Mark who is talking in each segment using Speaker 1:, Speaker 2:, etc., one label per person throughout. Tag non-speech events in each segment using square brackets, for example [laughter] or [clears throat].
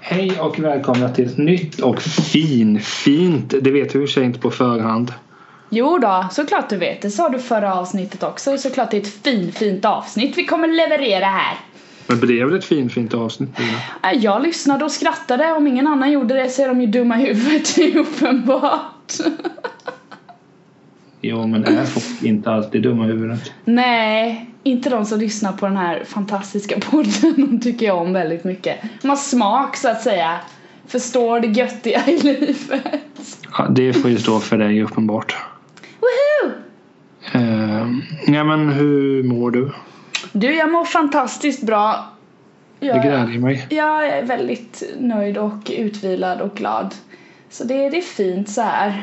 Speaker 1: Hej och välkomna till ett nytt och finfint Det vet du i inte på förhand.
Speaker 2: Jo då, såklart du vet. Det sa du förra avsnittet också. Såklart det är ett fint, fint avsnitt vi kommer leverera här.
Speaker 1: Men blev det ett finfint avsnitt? Nina?
Speaker 2: Äh, Jag lyssnade och skrattade. Om ingen annan gjorde det så är de ju dumma i huvudet, [laughs] det är uppenbart. [laughs]
Speaker 1: Jo, men är folk inte alltid dumma i huvudet?
Speaker 2: Nej, inte de som lyssnar på den här fantastiska podden. De tycker jag om väldigt mycket. De har smak så att säga. Förstår det göttiga i [laughs] livet.
Speaker 1: Ja, det får ju stå för dig uppenbart.
Speaker 2: Woohoo!
Speaker 1: Eh, nej, men hur mår du?
Speaker 2: Du, jag mår fantastiskt bra.
Speaker 1: Det
Speaker 2: Jag,
Speaker 1: gläder mig.
Speaker 2: jag är väldigt nöjd och utvilad och glad. Så det, det är fint så här.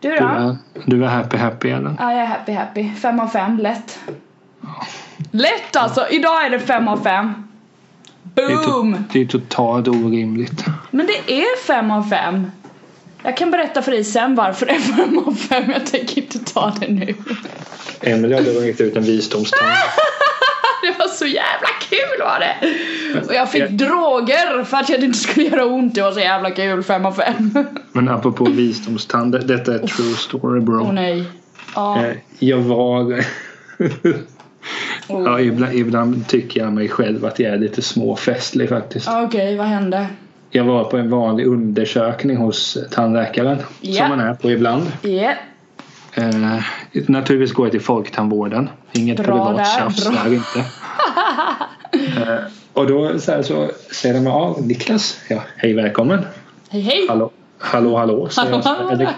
Speaker 2: Du
Speaker 1: Du
Speaker 2: då?
Speaker 1: är, du är happy happy eller?
Speaker 2: Ja, jag är happy happy. Fem av fem, lätt. Lätt alltså! Idag är det fem av fem.
Speaker 1: Det är, to-
Speaker 2: Boom!
Speaker 1: det är totalt orimligt.
Speaker 2: Men det är fem av fem. Jag kan berätta för dig sen varför det är fem av fem. Jag tänker inte ta det nu. [laughs]
Speaker 1: Emelie hade dragit ut en visdomstand.
Speaker 2: Det var så jävla kul var det! Och jag fick droger för att jag inte skulle göra ont. Det var så jävla kul, fem av fem.
Speaker 1: Men apropå visdomstand, det- detta är true story bro.
Speaker 2: Åh nej. Ja.
Speaker 1: Eh, Jag var...
Speaker 2: Oh.
Speaker 1: ja, ibland, ibland tycker jag mig själv att jag är lite småfestlig faktiskt.
Speaker 2: Ja, Okej, vad hände?
Speaker 1: Jag var på en vanlig undersökning hos tandläkaren.
Speaker 2: Ja.
Speaker 1: Som man är på ibland.
Speaker 2: Ja,
Speaker 1: Eh, naturligtvis går jag till folktandvården. Inget
Speaker 2: Bra
Speaker 1: privat
Speaker 2: där,
Speaker 1: tjafs
Speaker 2: bra.
Speaker 1: där
Speaker 2: [laughs]
Speaker 1: inte. eh, och då så, här, så säger de ja, Niklas. Ja, hej välkommen.
Speaker 2: Hej hej!
Speaker 1: Hallå, hallå, hallå. säger jag.
Speaker 2: Hallå, hallå.
Speaker 1: Eller,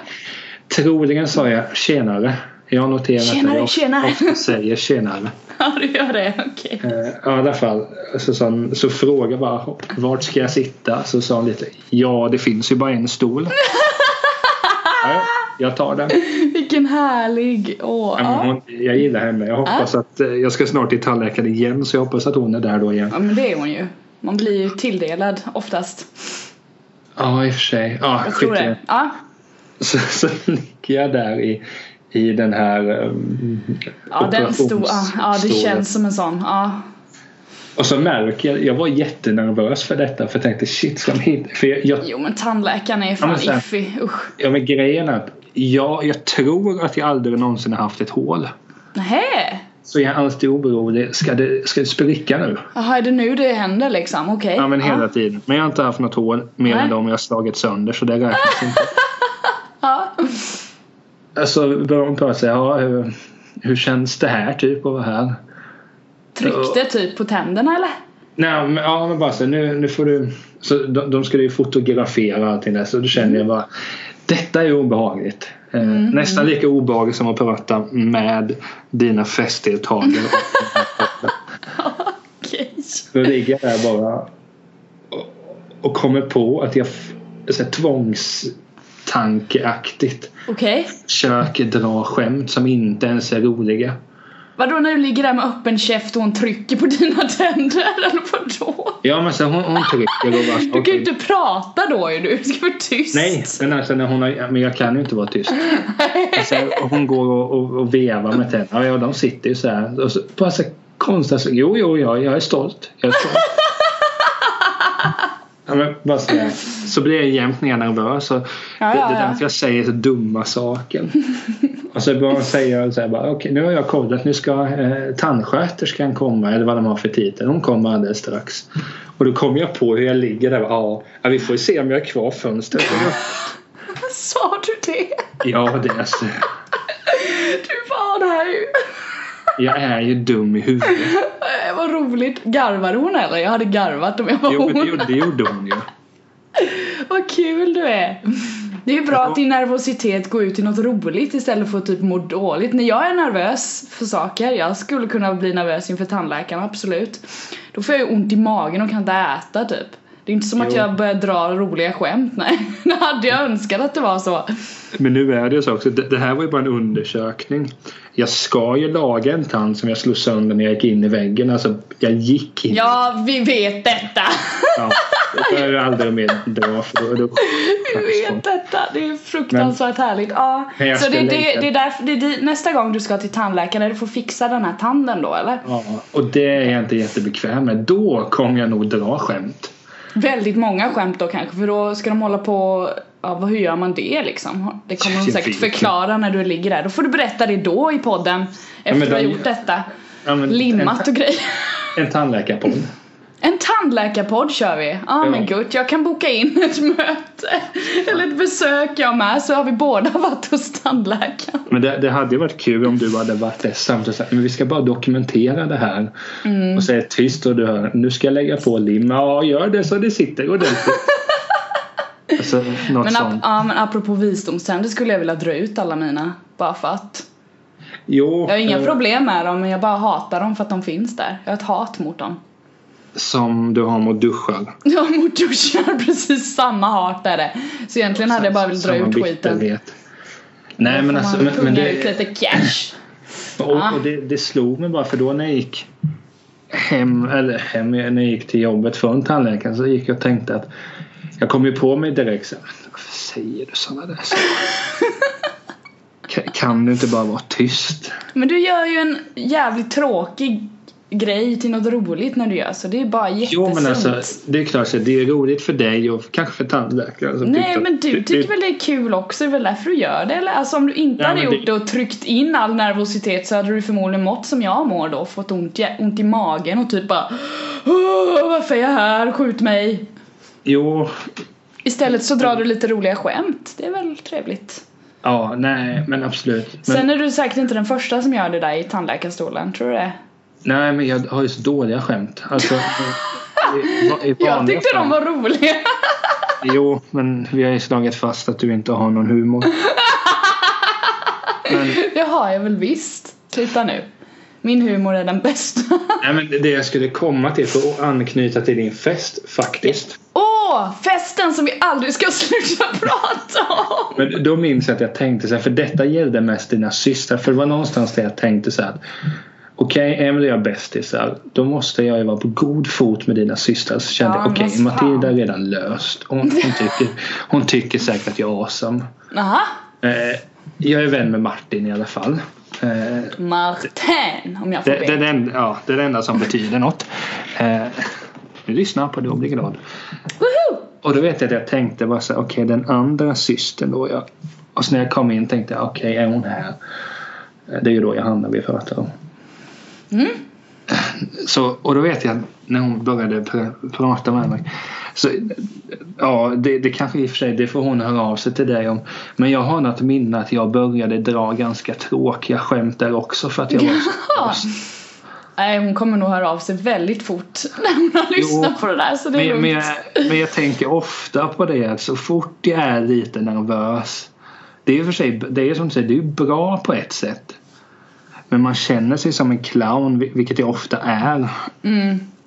Speaker 1: troligen sa jag tjenare. Jag noterar att
Speaker 2: Tjenare,
Speaker 1: jag of-
Speaker 2: tjenare.
Speaker 1: ofta säger tjenare.
Speaker 2: [laughs] Ja, du gör det. Okej.
Speaker 1: Eh, I alla fall så, sa han, så frågade jag bara vart ska jag sitta? Så sa han lite ja det finns ju bara en
Speaker 2: [laughs]
Speaker 1: stol. ja, jag tar den.
Speaker 2: Vilken härlig. Åh.
Speaker 1: Ja, men
Speaker 2: ja.
Speaker 1: hon- Jag gillar henne. Jag hoppas att eh, jag ska snart till tandläkaren igen så jag hoppas att hon är där då igen.
Speaker 2: Ja men det är hon ju. Man blir ju tilldelad oftast.
Speaker 1: Ja i och för sig. Ja,
Speaker 2: Jag tror
Speaker 1: skit i
Speaker 2: det. Ja.
Speaker 1: [laughs] Så, så ligger jag där i, i den här um,
Speaker 2: Ja den stora. Ja det känns som en sån. Ja.
Speaker 1: Och så märker jag, jag var jättenervös för detta för jag tänkte shit ska de hitta? För jag, jag
Speaker 2: Jo men tandläkaren är
Speaker 1: Ja,
Speaker 2: fan
Speaker 1: men sen-
Speaker 2: iffig. Usch.
Speaker 1: Ja men grejen är att jag, jag tror att jag aldrig någonsin har haft ett hål.
Speaker 2: Nähä.
Speaker 1: Så jag är alltid orolig. Ska det, ska det spricka nu?
Speaker 2: Jaha är det nu det händer liksom? Okej.
Speaker 1: Ja men hela tiden. Men jag har inte haft något hål mer
Speaker 2: Nej.
Speaker 1: än de jag slagit sönder så det räknas inte. Alltså börjar hon prata säga ja, hur, hur känns det här typ att vara här?
Speaker 2: Tryckte typ på tänderna eller?
Speaker 1: Nej men, ja, men bara så nu, nu får du. Så de, de skulle ju fotografera och allting där så då kände jag bara detta är obehagligt. Eh, Nästan lika obehagligt som att prata med dina festdeltagare
Speaker 2: Okej.
Speaker 1: Då ligger jag där bara och, och kommer på att jag f- så här, tvångstankeaktigt
Speaker 2: Okej.
Speaker 1: försöker dra skämt som inte ens är roliga.
Speaker 2: Vadå när du ligger där med öppen käft och hon trycker på dina [laughs] tänder? Eller vadå?
Speaker 1: Ja men så hon, hon trycker och bara
Speaker 2: Du kan ju
Speaker 1: okej.
Speaker 2: inte prata då ju du. Du ska vara tyst.
Speaker 1: Nej, men, alltså, när hon har, men jag kan ju inte vara
Speaker 2: [laughs]
Speaker 1: tyst. Alltså, och hon går och, och, och vevar med tänderna. Ja, de sitter ju så här. Och så, på så konstiga sätt. Jo, jo, ja, jag är stolt. Jag är stolt. Ja, men, bara så, här. så blir jag jämt när jag är nervös. Och
Speaker 2: Ja,
Speaker 1: det,
Speaker 2: ja,
Speaker 1: det är
Speaker 2: ja.
Speaker 1: därför jag säger så dumma saker. Och så börjar jag säga så här bara, okej nu har jag kollat, nu ska eh, tandsköterskan komma eller vad de har för titel. Hon kommer alldeles strax. Och då kommer jag på hur jag ligger där. Ja, ja, vi får ju se om jag är kvar
Speaker 2: [laughs]
Speaker 1: fönstret.
Speaker 2: Sa du det?
Speaker 1: Ja, det är alltså,
Speaker 2: Du var där ju.
Speaker 1: Jag är ju dum i huvudet.
Speaker 2: Eh, Vad roligt. Garvade hon eller? Jag hade garvat om jag var
Speaker 1: Jo, men det
Speaker 2: hon.
Speaker 1: gjorde, det gjorde hon ju.
Speaker 2: Vad kul du är. Det är ju bra att din nervositet går ut i något roligt istället för att typ må dåligt. När jag är nervös för saker, jag skulle kunna bli nervös inför tandläkaren, absolut. Då får jag ju ont i magen och kan inte äta typ. Det är inte som att
Speaker 1: Jo.
Speaker 2: jag börjar dra roliga skämt, [laughs] nej. Det hade jag önskat att det var så.
Speaker 1: Men nu är det ju så också. Det, det här var ju bara en undersökning. Jag ska ju laga en tand som jag slog sönder när jag gick in i väggen. Alltså, jag gick in.
Speaker 2: Ja, vi vet detta.
Speaker 1: Ja, det får jag aldrig mer dra för då, då
Speaker 2: Vi vet detta, det är fruktansvärt härligt. Ja.
Speaker 1: Men jag
Speaker 2: Så det,
Speaker 1: skulle
Speaker 2: det,
Speaker 1: inte-
Speaker 2: det är därför, det är di- nästa gång du ska till tandläkaren, du får fixa den här tanden då eller?
Speaker 1: Ja, och det är jag inte jättebekväm med. Då kommer jag nog dra skämt.
Speaker 2: Väldigt många skämt då kanske för då ska de hålla på Ja, vad, hur gör man det liksom? Det kommer de
Speaker 1: Jag
Speaker 2: säkert
Speaker 1: vet
Speaker 2: förklara när du ligger där. Då får du berätta det då i podden. Efter
Speaker 1: men
Speaker 2: du har
Speaker 1: de-
Speaker 2: gjort detta.
Speaker 1: Ja, men
Speaker 2: Limmat och grejer. [laughs]
Speaker 1: En, en tandläkarpodd.
Speaker 2: En tandläkarpodd kör vi. Ja
Speaker 1: Ja.
Speaker 2: men gud, jag kan boka in ett [laughs] möte. Eller ett besök jag med så har vi båda [laughs] varit hos tandläkaren.
Speaker 1: Men det, det hade ju varit kul om du hade varit det samtidigt och sagt, men vi ska bara dokumentera det här.
Speaker 2: Mm.
Speaker 1: Och så är det tyst och du hör nu ska jag lägga på lim. Ja gör det så det sitter
Speaker 2: [laughs]
Speaker 1: ordentligt. alltså något
Speaker 2: Men, ap-
Speaker 1: sånt.
Speaker 2: ja, men apropå visdomständer skulle jag vilja dra ut alla mina. Bara för att.
Speaker 1: Jo,
Speaker 2: Jag har inga
Speaker 1: eh,
Speaker 2: problem med dem men jag bara hatar dem för att de finns där. Jag har ett hat mot dem. [laughs]
Speaker 1: som du har mot duschar.
Speaker 2: Ja, mot duschen, precis samma hat är det. Så egentligen hade jag bara velat dra
Speaker 1: Samma
Speaker 2: ut skiten.
Speaker 1: bitterhet. Nej men alltså, men, men
Speaker 2: det... ut
Speaker 1: det,
Speaker 2: lite cash. Ah.
Speaker 1: och, och det, det slog mig bara för då när jag gick hem, eller hem, när jag gick till jobbet från tandläkaren så gick jag och tänkte att jag kom ju på mig direkt så här, varför säger du sådana där saker?
Speaker 2: [laughs]
Speaker 1: Ka- Kan du inte bara vara tyst?
Speaker 2: Men du gör ju en jävligt tråkig grej till något roligt när du gör så. Det är bara jättesunt.
Speaker 1: Jo men alltså det är klart så det är roligt för dig och kanske för tandläkaren. som
Speaker 2: Nej
Speaker 1: tyckte att-
Speaker 2: men du
Speaker 1: det-
Speaker 2: tycker väl det är kul också? Det är väl därför du gör det? Eller? Alltså om du inte
Speaker 1: Ja,
Speaker 2: hade
Speaker 1: men
Speaker 2: gjort
Speaker 1: det-
Speaker 2: det och tryckt in all nervositet så hade du förmodligen mått som jag mår då. Fått ont, jä- ont i magen och typ bara "Åh, Varför är jag här? Skjut mig!
Speaker 1: Jo,
Speaker 2: Istället så drar du lite roliga skämt. Det är väl trevligt.
Speaker 1: ja nej men absolut. Men,
Speaker 2: Sen är du säkert inte den första som gör det där i tandläkarstolen, tror du det?
Speaker 1: Nej men jag har ju så dåliga skämt. Alltså, i, i, i
Speaker 2: [laughs] Jag
Speaker 1: vanliga
Speaker 2: tyckte de
Speaker 1: fall.
Speaker 2: var roliga. [laughs]
Speaker 1: Jo, men vi har ju slagit fast att du inte har någon humor. Men,
Speaker 2: Det har jag väl visst. Sluta nu. Min humor är den bästa. [laughs]
Speaker 1: nej, men det jag skulle komma till för att anknyta till din fest faktiskt.
Speaker 2: Åh, festen som vi aldrig ska sluta [laughs] prata om!
Speaker 1: Men då minns jag att jag tänkte så här, för detta gällde mest dina systrar. För det var någonstans där jag tänkte så här att okej, Emelie är bästisar. Då måste jag ju vara på god fot med dina systrar. Så kände
Speaker 2: Ja,
Speaker 1: jag
Speaker 2: men
Speaker 1: okej,
Speaker 2: vad fan.
Speaker 1: Matilda är redan löst. Hon, hon, tycker, hon tycker säkert att jag är awesome.
Speaker 2: Aha.
Speaker 1: Eh, jag är vän med Martin i alla fall. Eh,
Speaker 2: Martin, om jag får
Speaker 1: Det, det, är
Speaker 2: be.
Speaker 1: den, ja, det är det enda som betyder något. Eh, nu lyssnar på det och blir glad.
Speaker 2: Woho!
Speaker 1: Och då vet jag att jag tänkte bara så här, okej den andra systern då. Jag, och så när jag kom in tänkte jag, okej är hon här? Eh, Det är ju då Johanna vi pratar om. Så, och då vet jag att när hon började pr- prata med mig. Så, ja, det, det kanske i och för sig, det får hon höra av sig till dig om. Men jag har något minne att jag började dra ganska tråkiga skämt där också för att jag var
Speaker 2: Ja.
Speaker 1: så
Speaker 2: Nej, hon kommer nog höra av sig väldigt fort [laughs] när hon har lyssnat på det där så det är
Speaker 1: Men, men, jag,
Speaker 2: lugnt.
Speaker 1: men jag tänker ofta på det att så fort jag är lite nervös Det är ju för sig, det är ju som du säger, det är ju bra på ett sätt Men man känner sig som en clown, vil- vilket jag ofta är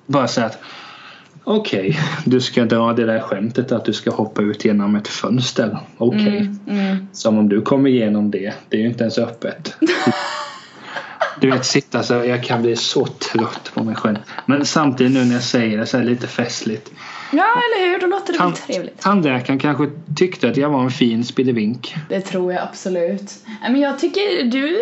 Speaker 1: Bara så att Okej, du ska dra det där skämtet att du ska hoppa ut genom ett fönster Okej Som om du kommer igenom det, det är ju inte ens öppet du vet sitta så här, jag kan bli så trött på mig själv. Men samtidigt nu när jag säger det så här lite festligt.
Speaker 2: Ja, eller hur? Då låter det väl
Speaker 1: Tant-
Speaker 2: trevligt.
Speaker 1: Tandläkaren kanske tyckte att jag var en fin spillevink.
Speaker 2: Det tror jag absolut. Nej, Men jag tycker du...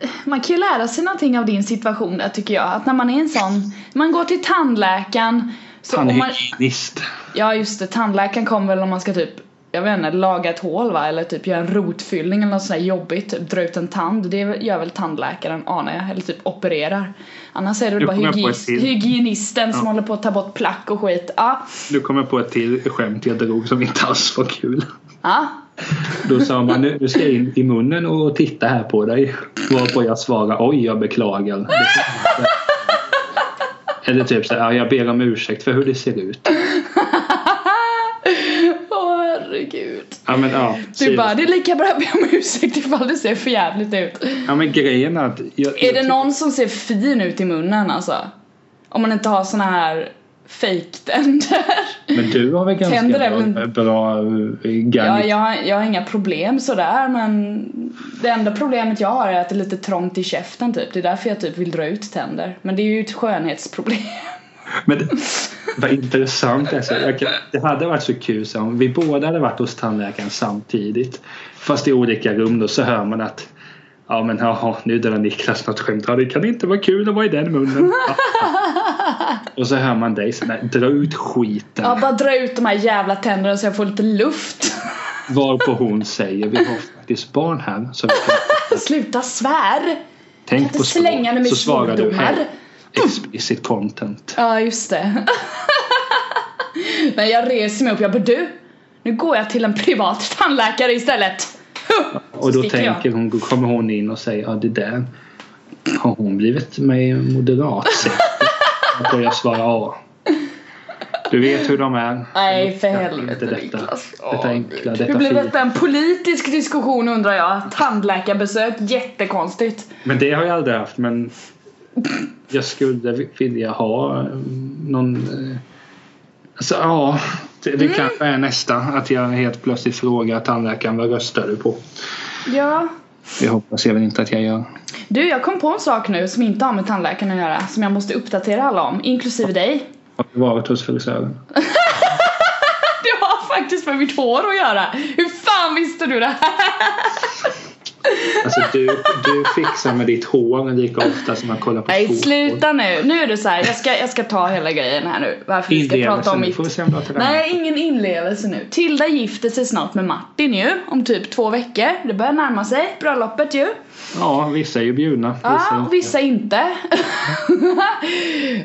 Speaker 2: eh, Man kan ju lära sig någonting av din situation där tycker jag. Att när man är en sån... Man går till tandläkaren. Så om man,
Speaker 1: Tandhygienist.
Speaker 2: ja just det, tandläkaren kommer väl om man ska typ... Jag vet inte, laga ett hål va? Eller typ göra en rotfyllning eller något sånt där jobbigt. Typ dra ut en tand. Det gör väl tandläkaren anar jag. Eller typ opererar. Annars är det väl
Speaker 1: Nu
Speaker 2: bara
Speaker 1: kom jag på
Speaker 2: hygi-
Speaker 1: ett till.
Speaker 2: hygienisten som
Speaker 1: Ja.
Speaker 2: håller på att ta bort plack och skit. Ja,
Speaker 1: Nu kommer jag på ett till skämt jag drog som inte alls var kul.
Speaker 2: ja. [laughs]
Speaker 1: Då sa man nu nu ska jag in i munnen och titta här på dig. Varpå jag svarade oj jag beklagar. Eller typ så här, "Ja, jag ber om ursäkt för hur det ser ut.
Speaker 2: Åh herregud.
Speaker 1: Ja men ja.
Speaker 2: Du bara, det är lika bra att be om ursäkt ifall det ser för jävligt ut.
Speaker 1: Ja men grejen är att. Jag,
Speaker 2: Är det någon som ser fin ut i munnen alltså? Om man inte har såna här fejktänder.
Speaker 1: Men du har väl
Speaker 2: Tänder
Speaker 1: ganska
Speaker 2: är
Speaker 1: bra,
Speaker 2: väl
Speaker 1: bra eh,
Speaker 2: Ja,
Speaker 1: garnityr?
Speaker 2: jag, har- jag har inga problem sådär men det enda problemet jag har är att det är lite trångt i käften typ. Det är därför jag typ vill dra ut tänder. Men det är ju ett [laughs] skönhetsproblem.
Speaker 1: Men det- vad intressant alltså. Jag kan, det hade varit så kul så om vi båda hade varit hos tandläkaren samtidigt. Fast i olika rum då så hör man att Ja men jaha, nu drar Niklas något skämt. Ja, det kan inte vara kul att vara i den munnen. [laughs] Och så hör man dig så där, dra ut skiten.
Speaker 2: Ja, bara dra ut de här jävla tänderna så jag får lite luft. [laughs]
Speaker 1: Varpå hon säger, vi har faktiskt barn här. Så vi kan,
Speaker 2: Sluta svär!
Speaker 1: tänk
Speaker 2: inte
Speaker 1: på språk.
Speaker 2: slänga dig med
Speaker 1: Så svarar du
Speaker 2: svordomar.
Speaker 1: här. Explicit content.
Speaker 2: Ja, just [laughs] det. Men jag reser mig upp. Jag bara du, nu går jag till en privat tandläkare istället.
Speaker 1: Och då
Speaker 2: sticker jag.
Speaker 1: tänker hon, då kommer hon in och säger, ja det där har hon blivit med moderat sett. Och jag svarar ja. Du vet hur de är.
Speaker 2: Nej, för
Speaker 1: Jag
Speaker 2: helvete
Speaker 1: vet inte detta.
Speaker 2: Niklas. Åh,
Speaker 1: Detta enkla,
Speaker 2: Hur
Speaker 1: detta
Speaker 2: blev detta
Speaker 1: fina.
Speaker 2: en politisk diskussion undrar jag? Tandläkarbesök, jättekonstigt.
Speaker 1: Men det har jag aldrig haft. Men jag skulle vilja ha eh, någon... eh, Alltså ja, det,
Speaker 2: Mm.
Speaker 1: det kanske är nästa. Att jag helt plötsligt frågar tandläkaren vad röstar du på?
Speaker 2: Ja.
Speaker 1: Jag hoppas även inte att jag gör.
Speaker 2: Du, jag kom på en sak nu som inte har med tandläkaren att göra som jag måste uppdatera alla om, inklusive dig. [laughs]
Speaker 1: Har du varit hos frisören?
Speaker 2: Det har faktiskt med mitt hår att göra. Hur fan visste du det här?
Speaker 1: Alltså du, du fixar med ditt hår lika ofta som man kollar på
Speaker 2: Nej
Speaker 1: fotboll.
Speaker 2: sluta nu, nu är det så här. Jag, ska, jag ska ta hela grejen här nu Varför vi ska prata om
Speaker 1: Inlevelsen, får vi
Speaker 2: mitt
Speaker 1: se om du har talang.
Speaker 2: Nej ingen inlevelse nu Tilda gifter sig snart med Martin ju Om typ två veckor, det börjar närma sig bröllopet ju
Speaker 1: Ja, vissa är ju bjudna. Vissa
Speaker 2: Ja,
Speaker 1: inte.
Speaker 2: och Ah, vissa inte [laughs]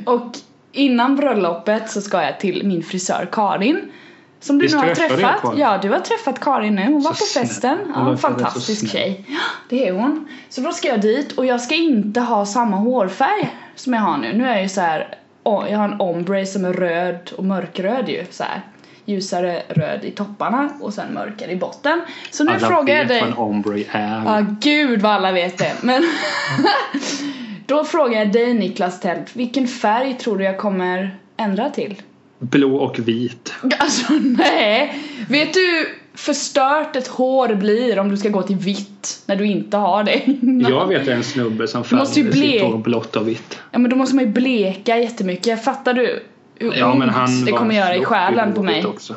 Speaker 2: Och innan bröllopet så ska jag till min frisör Karin Som du
Speaker 1: Visst
Speaker 2: nu har
Speaker 1: träffade jag
Speaker 2: träffat
Speaker 1: Karin?
Speaker 2: Ja du har träffat Karin nu, hon var på
Speaker 1: Så snäll.
Speaker 2: festen
Speaker 1: Hon
Speaker 2: Ja,
Speaker 1: verkar
Speaker 2: en
Speaker 1: så
Speaker 2: fantastisk
Speaker 1: snäll.
Speaker 2: tjej [gasps] Ja, Det är hon Så då ska jag dit och jag ska inte ha samma hårfärg som jag har nu Nu är jag ju så här, å- jag har en ombre som är röd och mörkröd ju så här. Ljusare röd i topparna och sen mörkare i botten Så nu
Speaker 1: Alla
Speaker 2: frågar jag
Speaker 1: vet
Speaker 2: dig
Speaker 1: vad en ombre är.
Speaker 2: Ja, gud vad alla vet det. Men [laughs] då frågar jag dig Niklas Tält, vilken färg tror du jag kommer ändra till? [laughs]
Speaker 1: Blå och vit.
Speaker 2: Alltså nej! Vet du hur förstört ett hår blir om du ska gå till vitt när du inte har det [laughs] innan?
Speaker 1: Jag vet en snubbe som färgade
Speaker 2: måste ju
Speaker 1: sitt
Speaker 2: bli-
Speaker 1: hår blått och vitt.
Speaker 2: Ja men då måste man ju bleka jättemycket, fattar du? Hur
Speaker 1: Ja, men
Speaker 2: ont
Speaker 1: han
Speaker 2: Mm, det
Speaker 1: var
Speaker 2: kommer göra i
Speaker 1: tjock
Speaker 2: själen på
Speaker 1: huvudet
Speaker 2: mig.
Speaker 1: Också.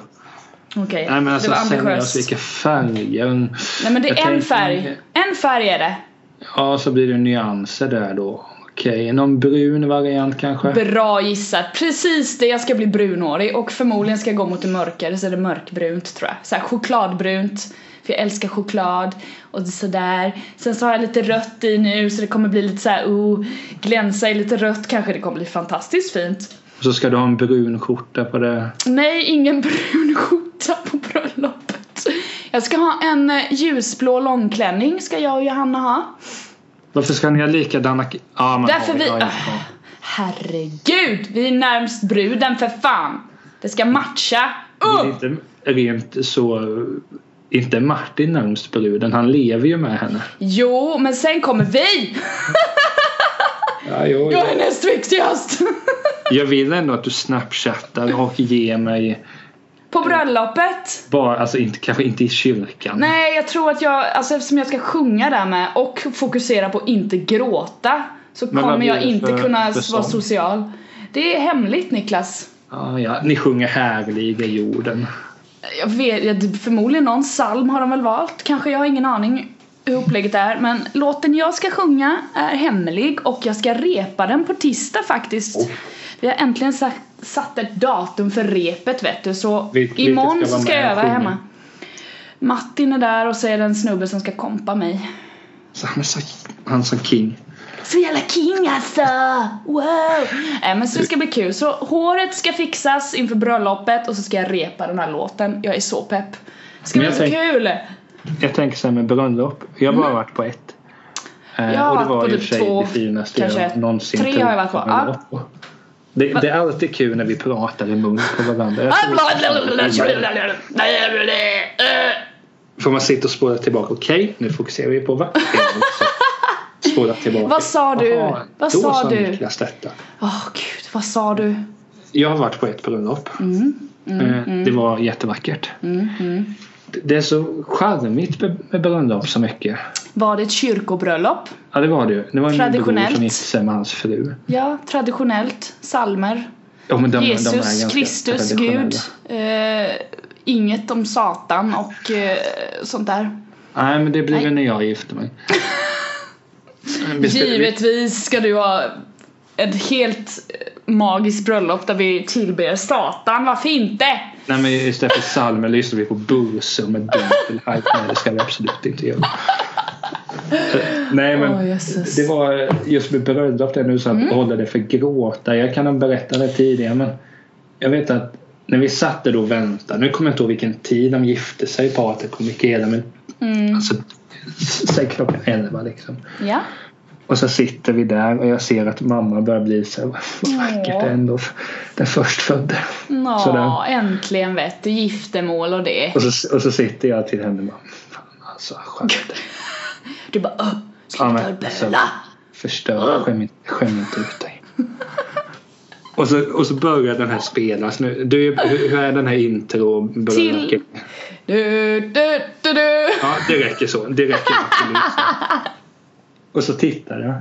Speaker 2: Okej,
Speaker 1: Nej men alltså
Speaker 2: det var
Speaker 1: seriöst
Speaker 2: ambitiöst.
Speaker 1: vilka färger.
Speaker 2: Nej men det
Speaker 1: Jag
Speaker 2: är en
Speaker 1: tänkte-
Speaker 2: färg. En färg är det.
Speaker 1: Ja så blir det nyanser där då. Okej, någon brun variant kanske?
Speaker 2: Bra gissat! Precis det, jag ska bli brunhårig och förmodligen ska jag gå mot det mörkare så är det mörkbrunt tror jag. Såhär chokladbrunt, för jag älskar choklad och sådär. Sen så har jag lite rött i nu så det kommer bli lite såhär oh, glänsa i lite rött kanske det kommer bli fantastiskt fint.
Speaker 1: Så ska du ha en brun skjorta på det.
Speaker 2: Nej, ingen [laughs] brun skjorta på bröllopet. Jag ska ha en eh, ljusblå långklänning ska jag och Johanna ha.
Speaker 1: Varför ska ni ha likadana... k- Ja, men,
Speaker 2: Därför
Speaker 1: ja,
Speaker 2: vi-
Speaker 1: ja, ja.
Speaker 2: Herregud, vi är närmst bruden för fan! Det ska matcha!
Speaker 1: Det
Speaker 2: Uh!
Speaker 1: är inte rent så... Inte Martin närmst bruden, han lever ju med henne.
Speaker 2: Jo, men sen kommer vi!
Speaker 1: Ja, jo,
Speaker 2: Jag är näst viktigast!
Speaker 1: Jag vill ändå att du snapchattar och ger mig
Speaker 2: På bröllopet?
Speaker 1: bara, alltså inte, kanske inte i kyrkan.
Speaker 2: Nej, jag tror att jag, alltså eftersom jag ska sjunga där med och fokusera på att inte gråta så
Speaker 1: vad
Speaker 2: kommer
Speaker 1: blir
Speaker 2: jag
Speaker 1: det
Speaker 2: inte
Speaker 1: för-
Speaker 2: kunna
Speaker 1: för
Speaker 2: vara
Speaker 1: sång?
Speaker 2: social. Det är hemligt Niklas.
Speaker 1: Ja, ja, ni sjunger härliga jorden.
Speaker 2: Jag vet, jag- förmodligen någon psalm har de väl valt. Kanske, jag har ingen aning hur upplägget är. Men låten jag ska sjunga är hemlig och jag ska repa den på tisdag faktiskt.
Speaker 1: Oh.
Speaker 2: Vi har äntligen sa- satt ett datum för repet vet du. Så
Speaker 1: Vil- vilka
Speaker 2: imorgon
Speaker 1: ska
Speaker 2: så
Speaker 1: vara
Speaker 2: ska
Speaker 1: med och
Speaker 2: jag öva
Speaker 1: sjunga?
Speaker 2: hemma. Martin är där och så är det en snubbe som ska kompa mig.
Speaker 1: Så han är så, han är så king.
Speaker 2: Så jävla king alltså! Wow! Äh, men så det ska bli kul. Så håret ska fixas inför bröllopet och så ska jag repa den här låten. Jag är så pepp. Det ska
Speaker 1: Men
Speaker 2: bli
Speaker 1: jag
Speaker 2: så
Speaker 1: tänk-
Speaker 2: kul!
Speaker 1: Jag tänker så här med bröllop. Jag har bara varit på ett. Eh,
Speaker 2: Mm. Jag har
Speaker 1: och det
Speaker 2: varit på
Speaker 1: var i och
Speaker 2: typ
Speaker 1: för sig
Speaker 2: två,
Speaker 1: det finaste
Speaker 2: kanske
Speaker 1: jag någonsin
Speaker 2: tre har jag varit på.
Speaker 1: tror jag var Det, det är alltid kul när vi pratar i mun på varandra.
Speaker 2: Ah,
Speaker 1: Jag tror- Får man sitta och spåra tillbaka. Okej, nu fokuserar vi på vad
Speaker 2: [laughs]
Speaker 1: Spåra tillbaka.
Speaker 2: Vad sa du?
Speaker 1: Jaha,
Speaker 2: Vad
Speaker 1: då
Speaker 2: sa du?
Speaker 1: Niklas detta.
Speaker 2: Åh gud, vad sa du?
Speaker 1: Jag har varit på ett bröllop.
Speaker 2: Mm,
Speaker 1: Eh, Det var jättevackert. Det- Det är så charmigt med- med bröllop så mycket.
Speaker 2: Var det ett kyrkobröllop?
Speaker 1: Ja det var det ju. Det var min bror
Speaker 2: Traditionellt.
Speaker 1: som gifte sig med hans fru.
Speaker 2: Ja, traditionellt. Salmer.
Speaker 1: Ja, men de, de är
Speaker 2: Jesus,
Speaker 1: ganska
Speaker 2: Kristus,
Speaker 1: traditionella.
Speaker 2: Gud. Eh, inget om Satan och eh, sånt där.
Speaker 1: Nej men det blir det när jag gifter
Speaker 2: [laughs]
Speaker 1: mig. Beställ-
Speaker 2: Givetvis ska du ha ett helt eh, magiskt bröllop där vi tillber Satan, varför inte?
Speaker 1: Nej men istället för psalmer lyssnar vi på Busse med Dumpel Hype. Nej det ska vi absolut inte göra. Nej men
Speaker 2: Åh, Mm. jösses.
Speaker 1: det var just med bröllop där nu så att hålla det för gråta. Jag kan ha berättat det tidigare men jag vet att när vi satt där då och väntade. Nu kommer jag inte ihåg vilken tid de gifte sig. Paret kom mycket hela men
Speaker 2: Mm.
Speaker 1: alltså säg klockan elva liksom.
Speaker 2: Ja.
Speaker 1: Och så sitter vi där och jag ser att mamma börjar bli så här, vad vackert
Speaker 2: Ja.
Speaker 1: ändå. Den förstfödde.
Speaker 2: Nå,
Speaker 1: Sådär.
Speaker 2: äntligen vet du, giftermål och det.
Speaker 1: Och så, och så sitter jag till henne och bara, fan alltså skärp dig.
Speaker 2: Du bara öh,
Speaker 1: Ja, men,
Speaker 2: sluta
Speaker 1: alltså,
Speaker 2: böla.
Speaker 1: Förstör, skäm, inte- skäm inte ut dig. Och så, och så börjar den här spelas nu. Du, hur hur är den här intro?
Speaker 2: Till- Du, du, du, du.
Speaker 1: Ja, det räcker så. Det räcker absolut så. Och så tittar jag.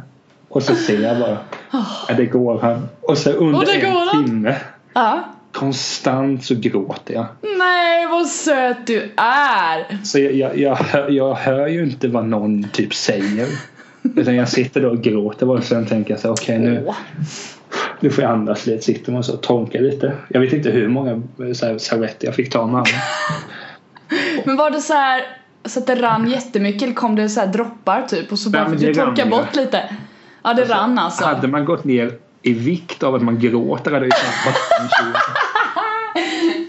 Speaker 1: Och så ser jag bara. Ja, det går han. Och så under
Speaker 2: Ah. Och det går han.
Speaker 1: en timme
Speaker 2: Ja.
Speaker 1: konstant så gråter jag.
Speaker 2: Nej, vad söt du är.
Speaker 1: Så jag, Alltså, jag, jag, hör, jag hör ju inte vad någon typ säger. Utan jag sitter där och gråter bara och sen tänker jag så här, okej nu,
Speaker 2: Åh.
Speaker 1: nu får jag andas lite. Sitter man så och torkar lite. Jag vet inte hur många eh, så här, servetter jag fick ta med mig.
Speaker 2: Men var det så här så att det rann jättemycket eller kom det så här droppar typ och så bara
Speaker 1: Nej, men
Speaker 2: fick du
Speaker 1: det rann
Speaker 2: torka
Speaker 1: ju.
Speaker 2: bort lite? Ja, det rann alltså.
Speaker 1: Hade man gått ner i vikt av att man gråter hade jag ju knappt varit en tjugo.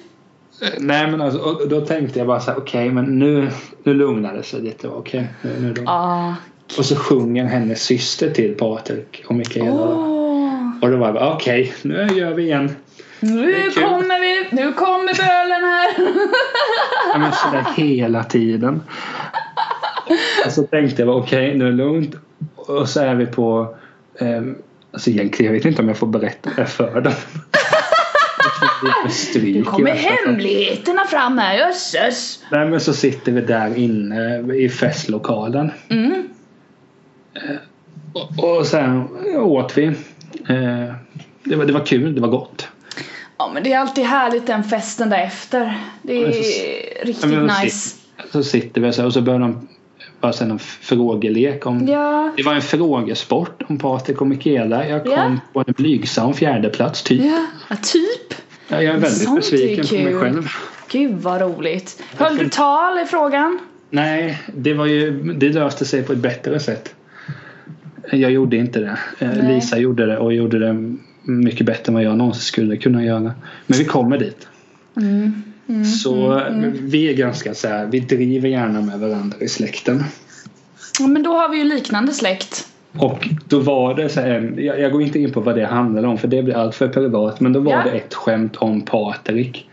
Speaker 1: Eh, Nej men alltså och då tänkte jag bara så här okej men nu, nu lugnar det sig lite. Okej nu, nu då.
Speaker 2: Ah.
Speaker 1: Och så sjunger hennes syster till Patrik och Mikaela.
Speaker 2: Åh.
Speaker 1: Och då var jag bara okej nu gör vi igen.
Speaker 2: Nu
Speaker 1: är kul.
Speaker 2: kommer vi, nu kommer bölen här.
Speaker 1: Ja, men sådär hela tiden. Och så tänkte jag bara, okej nu är det lugnt. Och så är vi på ehm, Alltså egentligen, jag vet inte om jag får berätta det här för dem.
Speaker 2: Nu
Speaker 1: Nu
Speaker 2: kommer hemligheterna fram här, jösses.
Speaker 1: Nej men så sitter vi där inne i festlokalen.
Speaker 2: Mm.
Speaker 1: Och, och sen åt vi. Eh, det, var, det var kul, det var gott.
Speaker 2: Ja men det är alltid härligt den festen därefter. Det
Speaker 1: men
Speaker 2: är
Speaker 1: så-
Speaker 2: riktigt
Speaker 1: Ja, men så-
Speaker 2: nice.
Speaker 1: Så sitter vi så här, och så börjar de bara sen en frågelek om
Speaker 2: Ja.
Speaker 1: Det var en frågesport om Patrik och Mikaela. Jag kom
Speaker 2: Ja.
Speaker 1: på en blygsam fjärdeplats typ.
Speaker 2: ja, ja typ.
Speaker 1: Ja, jag är väldigt
Speaker 2: Sånt är
Speaker 1: besviken på mig
Speaker 2: kul.
Speaker 1: själv.
Speaker 2: Gud vad roligt. Höll du tal i frågan?
Speaker 1: Nej, det, var ju, det löste sig på ett bättre sätt. Jag gjorde inte det. Eh,
Speaker 2: Nej.
Speaker 1: Lisa gjorde det och gjorde det mycket bättre än vad jag någonsin skulle kunna göra. Men vi kommer dit.
Speaker 2: Mm.
Speaker 1: så vi är ganska så här, vi driver gärna med varandra i släkten.
Speaker 2: Ja men då har vi ju liknande släkt. [laughs]
Speaker 1: Och då var det så här, en- jag, jag går inte in på vad det handlade om för det blir allt för privat. Men då var
Speaker 2: Ja.
Speaker 1: det ett skämt om Patrik.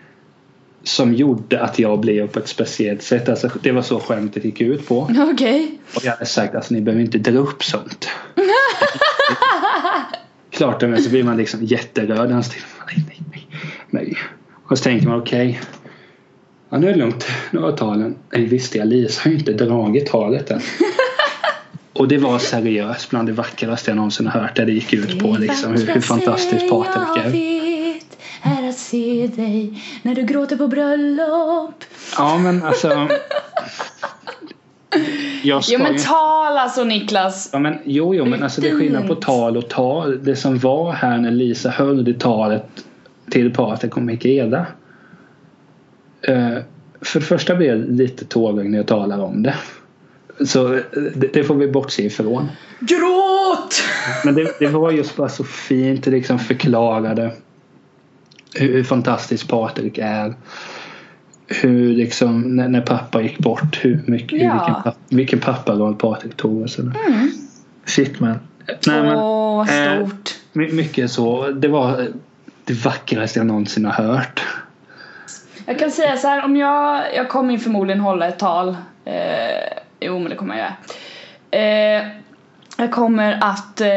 Speaker 1: Som gjorde att jag blev på ett speciellt sätt. Alltså, det var så skämtet gick ut på.
Speaker 2: Okej.
Speaker 1: Och jag hade sagt alltså ni behöver inte dra upp
Speaker 2: [laughs]
Speaker 1: sånt. Klart det men så blir man liksom jätterörd. Han still, nej, nej, nej, nej. Och så tänker man okej. Ja, nu är det lugnt. Nu har jag talen. Nej visst det, Lisa har ju inte dragit talet
Speaker 2: [laughs]
Speaker 1: än. Och det var seriöst bland det vackraste jag någonsin har hört. Där det gick ut på liksom hur, hur fantastiskt Patrik
Speaker 2: Jag
Speaker 1: är.
Speaker 2: vet är att se dig när du gråter på bröllop.
Speaker 1: Ja men alltså. Jag
Speaker 2: [laughs] Jo
Speaker 1: ska
Speaker 2: men
Speaker 1: ju-
Speaker 2: tal alltså Niklas.
Speaker 1: Ja, men, jo, jo, men alltså, det är skillnad på
Speaker 2: Fint.
Speaker 1: tal och tal. Det som var här när Lisa höll det talet till Patrik och Mikaela. Eh, för det första blir jag lite tårögd när jag talar om det. Så eh, det, det får vi bortse ifrån.
Speaker 2: Gråt!
Speaker 1: Men det, det var just bara så fint liksom förklarade hur, hur fantastisk Patrik är. Hur liksom när, när pappa gick bort, hur mycket, hur
Speaker 2: Ja. Mm.
Speaker 1: vilken, pappa, vilken papparoll Patrik tog och sådär. Shit man. Nej, men,
Speaker 2: Åh vad
Speaker 1: eh,
Speaker 2: stort.
Speaker 1: my- mycket så. Det var det vackraste jag någonsin har hört.
Speaker 2: Jag kan säga så här, om jag, jag kommer ju förmodligen hålla ett tal. Eh, jo men det kommer jag göra. Eh, jag kommer att eh,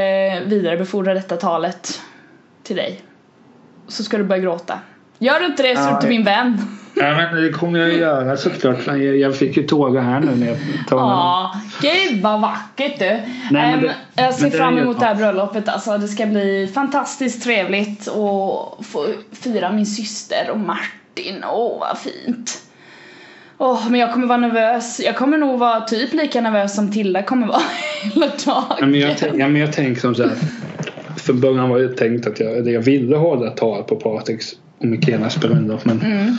Speaker 2: vidarebefordra detta talet till dig. Så ska du börja gråta. Gör du inte det så är du
Speaker 1: Ja,
Speaker 2: inte
Speaker 1: jag-
Speaker 2: min vän.
Speaker 1: Ja, men det kommer jag göra såklart. Jag, jag fick ju tårar här nu när jag talade om
Speaker 2: Ja, gud vad vackert du!
Speaker 1: men
Speaker 2: Ehm,
Speaker 1: det-
Speaker 2: jag ser
Speaker 1: men det är
Speaker 2: fram
Speaker 1: ju-
Speaker 2: emot det här bröllopet alltså. Det ska bli fantastiskt trevligt och få fira min syster och Martin. Åh vad fint! Åh, men jag kommer vara nervös. Jag kommer nog vara typ lika nervös som Tilda kommer vara [laughs] hela dagen.
Speaker 1: Mm. Ja, men jag, tänk- ja, men jag tänker som så här. från början var det tänkt att jag, eller jag ville hålla tal på Patricks och Mikaelas bröllop. Men
Speaker 2: Mm.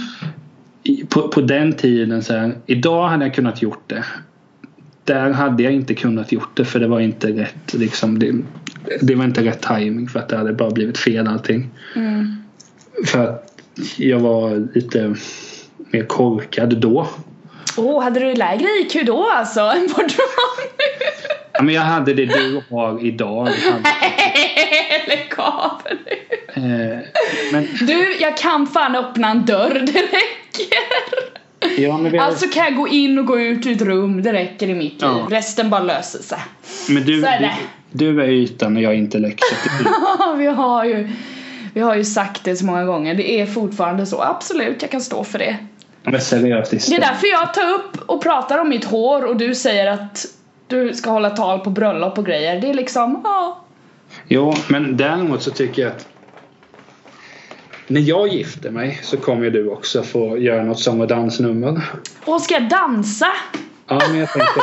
Speaker 1: i- på, på den tiden så här, idag hade jag kunnat gjort det. Där hade jag inte kunnat gjort det för det var inte rätt liksom, det, det var inte rätt timing för att det hade bara blivit fel allting.
Speaker 2: Mm.
Speaker 1: För att jag var lite mer korkad då.
Speaker 2: Åh, hade du lägre IQ då alltså än vad du har nu? [laughs]
Speaker 1: Ja, men jag hade det du har idag. Jag hade-
Speaker 2: Lägg av nu.
Speaker 1: Eh, men,
Speaker 2: Du, jag kan fan öppna en dörr, det räcker.
Speaker 1: ja, men, vi,
Speaker 2: Alltså kan jag gå in och gå ut ur ett rum, det räcker i mitt
Speaker 1: Ja.
Speaker 2: liv. Resten bara löser sig. [laughs]
Speaker 1: men du,
Speaker 2: så är
Speaker 1: du,
Speaker 2: det.
Speaker 1: du är ytan och jag är intellektet.
Speaker 2: vi, har ju, vi har ju sagt det så många gånger, det är fortfarande så. Absolut, jag kan stå för det.
Speaker 1: Men seriöst,
Speaker 2: Det är
Speaker 1: istället.
Speaker 2: därför jag tar upp och pratar om mitt hår och du säger att du ska hålla tal på bröllop och grejer. Det är liksom, ja.
Speaker 1: Jo, men däremot så tycker jag att när jag gifter mig så kommer ju du också få göra något sång och dansnummer.
Speaker 2: Och ska jag dansa?
Speaker 1: Ja, men jag
Speaker 2: [laughs]
Speaker 1: tänkte det.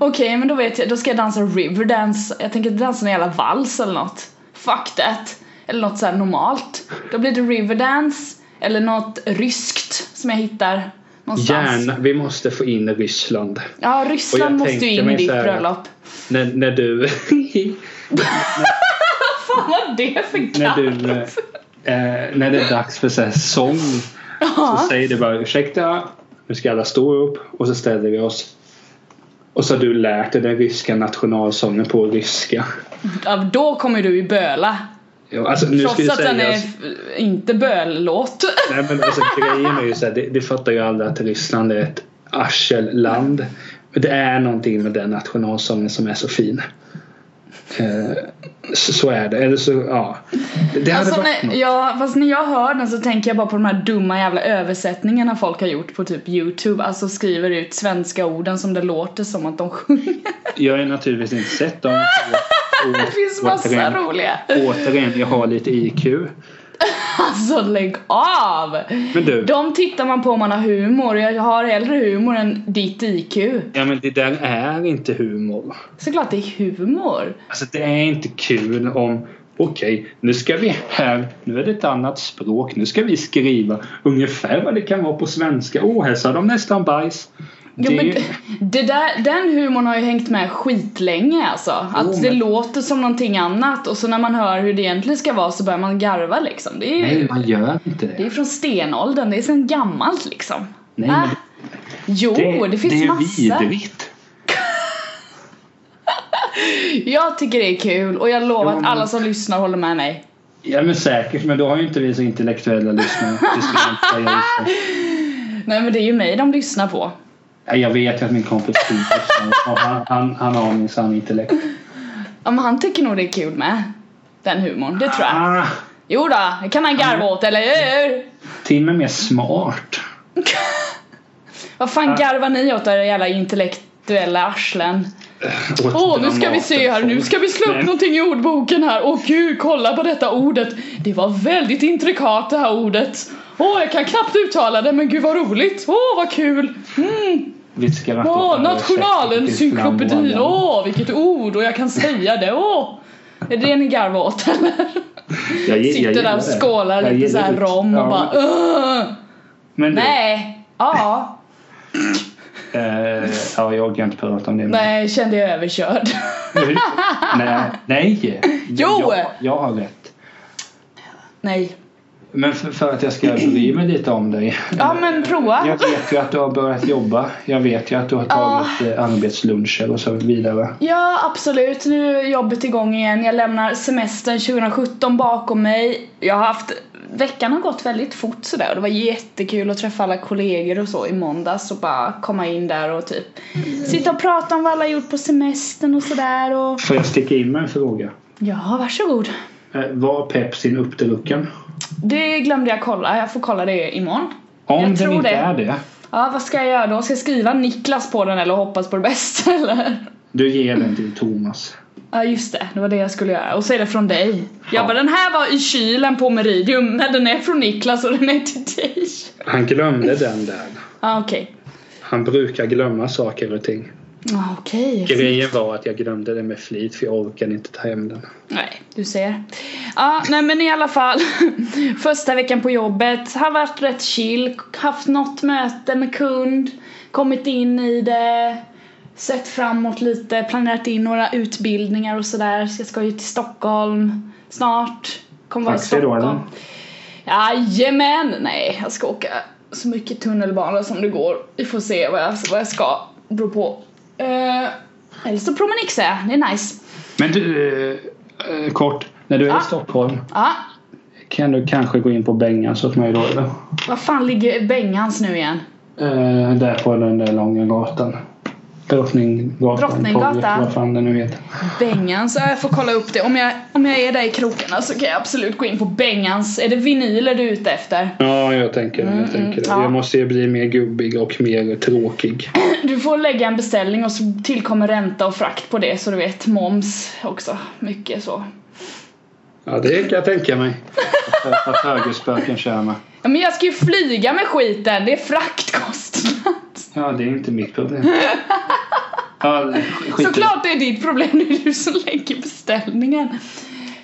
Speaker 2: Okej, men då vet jag. Då ska jag dansa Riverdance. Jag tänker dansa någon jävla vals eller något. Fuck that. Eller något såhär normalt. Då blir det Riverdance. Eller något ryskt som jag hittar någonstans.
Speaker 1: Gärna, vi måste få in Ryssland.
Speaker 2: Ja,
Speaker 1: Och jag
Speaker 2: Ryssland måste ju
Speaker 1: tänker
Speaker 2: in i
Speaker 1: mig
Speaker 2: ditt
Speaker 1: så här-
Speaker 2: bröllop. [laughs]
Speaker 1: När, när du... [laughs]
Speaker 2: Fan vad är det för
Speaker 1: när
Speaker 2: katt?
Speaker 1: du... Eh, när det är dags för så här sång så
Speaker 2: Ja.
Speaker 1: säger du bara ursäkta, nu ska alla stå upp och så ställer vi oss. Och så har du lärt dig den ryska nationalsången på ryska.
Speaker 2: ja, då kommer du ju böla.
Speaker 1: Ja, alltså, nu ska
Speaker 2: Trots
Speaker 1: jag
Speaker 2: att den
Speaker 1: säga...
Speaker 2: är f- inte böllåt. [laughs]
Speaker 1: Nej men alltså grejen är ju såhär, det, det fattar ju alla att Ryssland är ett arselland. Men det är någonting med den nationalsången som är så fin. Eh, så, så är det. Eller så, ja. Det, det hade
Speaker 2: Alltså,
Speaker 1: varit
Speaker 2: när,
Speaker 1: något.
Speaker 2: ja, fast när jag hör den så tänker jag bara på de här dumma jävla översättningarna folk har gjort på typ youtube. Alltså skriver ut svenska orden som det låter som att de sjunger.
Speaker 1: Jag har ju naturligtvis inte sett dem. Och- och-
Speaker 2: [laughs] Det finns massa
Speaker 1: återigen,
Speaker 2: roliga.
Speaker 1: återigen, jag har lite IQ.
Speaker 2: Alltså lägg av!
Speaker 1: Men du.
Speaker 2: De tittar man på om man har humor. Jag har hellre humor än ditt IQ.
Speaker 1: Ja men det där är inte humor.
Speaker 2: Såklart det är humor.
Speaker 1: Alltså det är inte kul om Okej, nu ska vi här. Nu är det ett annat språk. Nu ska vi skriva ungefär vad det kan vara på svenska. Åh, här sa de nästan bajs.
Speaker 2: Ja,
Speaker 1: det,
Speaker 2: men det- [laughs] det där, den humorn har ju hängt med skitlänge alltså. Att
Speaker 1: Jo,
Speaker 2: det
Speaker 1: men-
Speaker 2: låter som någonting annat och så när man hör hur det egentligen ska vara så börjar man garva liksom. Det är ju...
Speaker 1: Nej, man gör inte det.
Speaker 2: Det är från stenåldern, det är sedan gammalt liksom.
Speaker 1: Nej,
Speaker 2: Ah.
Speaker 1: men
Speaker 2: Jo,
Speaker 1: det,
Speaker 2: det, finns
Speaker 1: det är
Speaker 2: massa.
Speaker 1: vidrigt.
Speaker 2: Jag tycker det är kul och jag lovar
Speaker 1: Ja,
Speaker 2: att
Speaker 1: men-
Speaker 2: alla som lyssnar håller med mig.
Speaker 1: Ja, men säkert. Men då har ju inte vi så intellektuella lyssnare. Det ska jag inte säga just nu.
Speaker 2: Nej men det är ju mig de lyssnar på.
Speaker 1: Nej, Jag vet ju att min kompis Stig lyssnar. och han, han, han har minsann intellekt.
Speaker 2: Ja men han tycker nog det är kul med. Den humorn, det tror jag.
Speaker 1: Ah,
Speaker 2: Jo då, det kan han garva åt, eller hur?
Speaker 1: Tim är mer smart.
Speaker 2: Vad fan
Speaker 1: Ah.
Speaker 2: garvar ni åt era jävla intellektuella arslen? Åh,
Speaker 1: Alltså,
Speaker 2: nu ska vi se här, nu ska vi slå upp
Speaker 1: Nej.
Speaker 2: någonting i ordboken här. Åh gud, kolla på detta ordet. Det var väldigt intrikat det här ordet. Åh, jag kan knappt uttala det, men gud vad roligt. Åh, vad kul. Mm.
Speaker 1: Vi ska
Speaker 2: Åh, nationalencyklopedin. Åh, vilket ord och jag kan säga det. Åh. Är det det ni garvar åt eller?
Speaker 1: Jag, gi- jag
Speaker 2: Sitter
Speaker 1: gillar
Speaker 2: där och
Speaker 1: det. Jag
Speaker 2: skålar lite
Speaker 1: gillar
Speaker 2: såhär
Speaker 1: det.
Speaker 2: rom och
Speaker 1: Ja,
Speaker 2: bara "Ugh."
Speaker 1: Men du,
Speaker 2: Nej. Ja.
Speaker 1: eh, ja, jag orkar inte prata om det.
Speaker 2: Nej, kände jag överkörd.
Speaker 1: Nu- nej, nej.
Speaker 2: Jo!
Speaker 1: Jag, jag har rätt.
Speaker 2: Nej.
Speaker 1: Men för, för att jag ska bry mig lite om dig.
Speaker 2: Ja men prova.
Speaker 1: Jag vet ju att du har börjat jobba. Jag vet ju att du har
Speaker 2: Ah.
Speaker 1: tagit eh, arbetsluncher och så vidare.
Speaker 2: Ja absolut, nu är jobbet igång igen. Jag lämnar semestern 2017 bakom mig. Jag har haft, veckan har gått väldigt fort sådär och det var jättekul att träffa alla kollegor och så i måndags och bara komma in där och typ sitta och prata om vad alla gjort på semestern och sådär och
Speaker 1: Får jag sticka in med en fråga?
Speaker 2: ja varsågod.
Speaker 1: Eh, Var Pepsin uppdrucken?
Speaker 2: Det glömde jag kolla, jag får kolla det imorgon.
Speaker 1: Om
Speaker 2: Jag
Speaker 1: den
Speaker 2: tror
Speaker 1: inte
Speaker 2: det.
Speaker 1: är det,
Speaker 2: Ja vad ska jag göra då? Ska jag skriva Niklas på den eller hoppas på det bästa [laughs] eller?
Speaker 1: du ger den till Thomas.
Speaker 2: Ja just det, det var det jag skulle göra. Och så är det från dig. Jag bara den här var i kylen på Meridium, men den är från Niklas och den är till dig.
Speaker 1: Han glömde den där.
Speaker 2: Ja okej.
Speaker 1: Han brukar glömma saker och ting.
Speaker 2: Ah, Okej.
Speaker 1: Grejen var att jag glömde den med flit för jag orkade inte ta hem den.
Speaker 2: Nej, du ser. Ja, nej men i alla fall. [laughs] Första veckan på jobbet har varit rätt chill. Haft något möte med kund. Kommit in i det. Sett framåt lite. Planerat in några utbildningar och sådär. Så jag ska ju till Stockholm snart. Kommer vara i
Speaker 1: Taxi då,
Speaker 2: Stockholm.
Speaker 1: eller?
Speaker 2: Jajamän! Nej, jag ska åka så mycket tunnelbana som det går. Vi får se vad jag, vad jag ska. Beror på. Eh, eller så promenixar jag. Det är nice.
Speaker 1: Men du, eh, eh, kort. När du är
Speaker 2: Ah.
Speaker 1: i Stockholm
Speaker 2: Ja,
Speaker 1: kan du kanske gå in på Bengans åt mig då eller?
Speaker 2: Var fan ligger Bengans nu igen?
Speaker 1: Eh, där på den där långa gatan. Drottninggatan.
Speaker 2: Drottninggatan.
Speaker 1: torget, Vad fan det nu heter.
Speaker 2: Bengans? Ja, Jag får kolla upp det. Om jag, om jag är där i krokarna så kan jag absolut gå in på Bengans. Är det vinyler du är ute efter? [clears throat]
Speaker 1: Ja, jag tänker det. Jag, tänker det.
Speaker 2: ja.
Speaker 1: jag måste ju bli mer gubbig och mer tråkig.
Speaker 2: Du får lägga en beställning och så tillkommer ränta och frakt på det så du vet. Moms också. Mycket så.
Speaker 1: Ja, det kan jag tänka mig. Att- Att högerspöken kör med.
Speaker 2: Ja, men jag ska ju flyga med skiten. Det är fraktkostnad. [laughs]
Speaker 1: Ja, det är inte mitt problem. Ja, skit i det.
Speaker 2: Såklart det är ditt problem, det är du som lägger beställningen.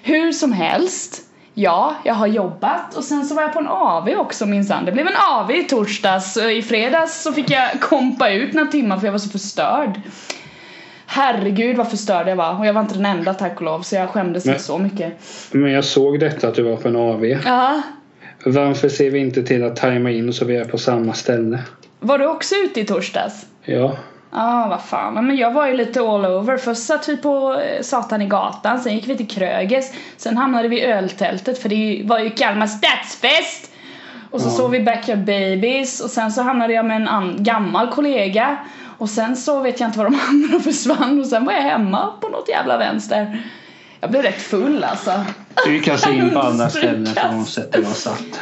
Speaker 2: Hur som helst, ja, jag har jobbat och sen så var jag på en AV också minsann. Det blev en AV i torsdags och i fredags så fick jag kompa ut några timmar för jag var så förstörd. Herregud vad förstörd jag var och jag var inte den enda tack och lov så jag skämdes
Speaker 1: Nej.
Speaker 2: inte så mycket.
Speaker 1: Men jag såg detta att du var på en AV.
Speaker 2: Ja,
Speaker 1: Varför ser vi inte till att tajma in så vi är på samma ställe?
Speaker 2: var du också ute i torsdags?
Speaker 1: Ja.
Speaker 2: Ja, vad fan. Ja, Men jag var ju lite all over. Först satt vi på eh, Satan i gatan, sen gick vi till Krögers, sen hamnade vi i öltältet för det var ju Kalmar stadsfest! Och så
Speaker 1: Ja.
Speaker 2: sov vi Backyard Babies och sen så hamnade jag med en an- gammal kollega och sen så vet jag inte var de [laughs] andra försvann och sen var jag hemma på något jävla vänster. Jag blev rätt full alltså.
Speaker 1: Du kan se in på alla
Speaker 2: Understrykas.
Speaker 1: ställen frånsett där jag satt.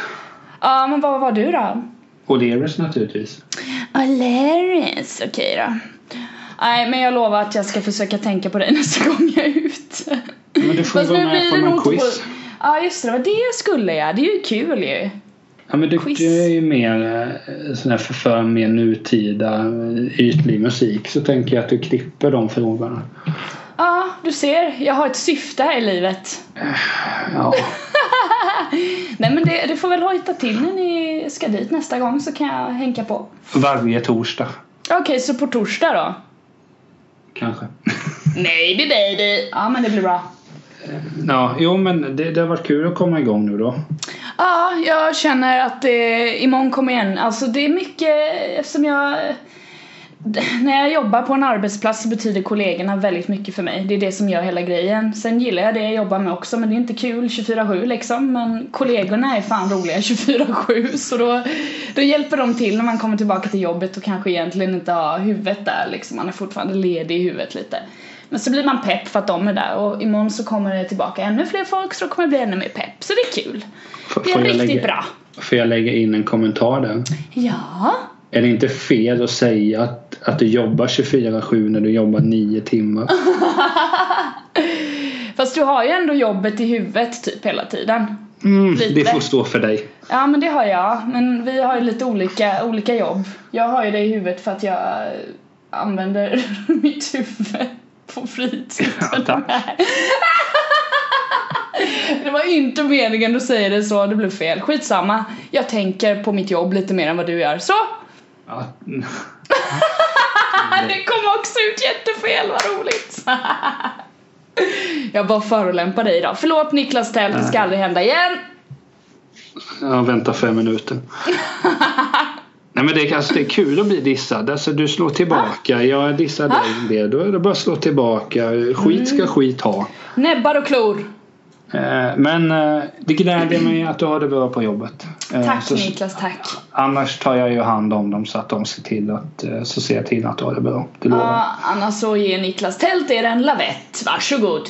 Speaker 2: Ja, men vad var du då?
Speaker 1: O'Learys naturligtvis.
Speaker 2: Alaris, okej då. Nej, men jag lovar att jag ska försöka tänka på dig [laughs] nästa gång jag är ute.
Speaker 1: Men du får
Speaker 2: Fast
Speaker 1: vara
Speaker 2: nu
Speaker 1: med
Speaker 2: blir
Speaker 1: på
Speaker 2: det
Speaker 1: någon
Speaker 2: nog inte
Speaker 1: quiz.
Speaker 2: Ja, just det. Det var det jag skulle ja. Det är ju kul ju.
Speaker 1: Ja, men du,
Speaker 2: Quiz.
Speaker 1: du är ju mer eh, sån här förför mer nutida eh, ytlig musik så tänker jag att du klipper de frågorna.
Speaker 2: Ja, du ser. Jag har ett syfte här i livet.
Speaker 1: Ja.
Speaker 2: Nej, men det, du får väl hojta till när ni ska dit nästa gång så kan jag hänka på.
Speaker 1: Varje torsdag
Speaker 2: Okej, så på torsdag då?
Speaker 1: kanske.
Speaker 2: Nej, det är dig Ja, men det blir bra.
Speaker 1: Ja, jo men det, det har varit kul att komma igång nu då.
Speaker 2: Ja, jag känner att det, imorgon kommer igen. Alltså det är mycket eftersom jag... När jag jobbar på en arbetsplats så betyder kollegorna väldigt mycket för mig. Det är det som gör hela grejen. Sen gillar jag det jag jobbar med också men det är inte kul 24-7 liksom. Men kollegorna är fan roliga 24-7 så då, då hjälper de till när man kommer tillbaka till jobbet och kanske egentligen inte har huvudet där liksom. Man är fortfarande ledig i huvudet lite. Men så blir man pepp för att de är där och imorgon så kommer det tillbaka ännu fler folk så då kommer jag bli ännu mer pepp. Så det är kul.
Speaker 1: F-
Speaker 2: Det är
Speaker 1: får jag
Speaker 2: riktigt
Speaker 1: lägga-
Speaker 2: bra.
Speaker 1: Får jag lägga in en kommentar där?
Speaker 2: Ja.
Speaker 1: Är det inte fel att säga att, att du jobbar 24-7 när du jobbar 9 timmar?
Speaker 2: [laughs] Fast du har ju ändå jobbet i huvudet typ hela tiden.
Speaker 1: Mm,
Speaker 2: Lite.
Speaker 1: det får stå för dig.
Speaker 2: Ja men det har jag. Men vi har ju lite olika, olika jobb. Jag har ju det i huvudet för att jag eh, använder [laughs] mitt huvud på fritiden.
Speaker 1: Ja, tack.
Speaker 2: Det var inte meningen att säga det så, det blev fel. Skitsamma. Jag tänker på mitt jobb lite mer än vad du gör. Så!
Speaker 1: Ja,
Speaker 2: Ah, Det kom också ut jättefel, vad roligt! [laughs] Jag bara förolämpar dig idag. Förlåt Niklas Tält, det ska aldrig hända igen.
Speaker 1: ja, vänta fem
Speaker 2: [laughs]
Speaker 1: minuter. Nej men det är, alltså, det är kul att bli dissad. Alltså, du slår
Speaker 2: Ah.
Speaker 1: tillbaka. Jag dissar dig en del. Då är det bara att slå tillbaka. Skit
Speaker 2: Mm.
Speaker 1: ska skit ha.
Speaker 2: Näbbar och klor.
Speaker 1: Eh, Men eh, det gläder mig att du har det bra på jobbet. Eh,
Speaker 2: Tack
Speaker 1: så,
Speaker 2: Niklas, tack.
Speaker 1: Annars tar jag ju hand om dem så att de ser till att, eh, så ser jag till att du har det bra. Det lovar jag.
Speaker 2: Ah, annars så ger Niklas Tält er en lavett. Varsågod.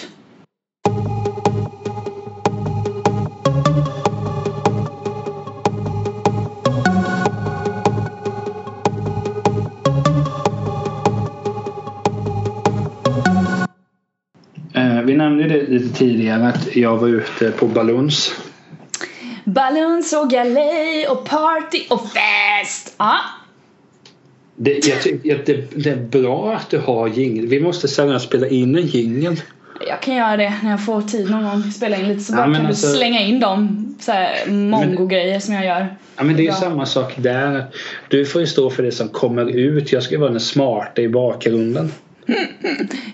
Speaker 1: Eh, Vi nämnde det lite tidigare att jag var ute på Baluns.
Speaker 2: Ballons och galej och party och fest. Ja,
Speaker 1: Det, jag tycker att det, det är bra att du har jingel. Vi måste seriöst spela in en jingel.
Speaker 2: Jag kan göra det när jag får tid någon gång. Spela in lite så
Speaker 1: Ja,
Speaker 2: bara
Speaker 1: men
Speaker 2: kan
Speaker 1: alltså-
Speaker 2: du slänga in de så här mongo-grejer som jag gör.
Speaker 1: Ja, men det är ju
Speaker 2: Ja.
Speaker 1: samma sak där. Du får ju stå för det som kommer ut. Jag ska vara den smarta i bakgrunden.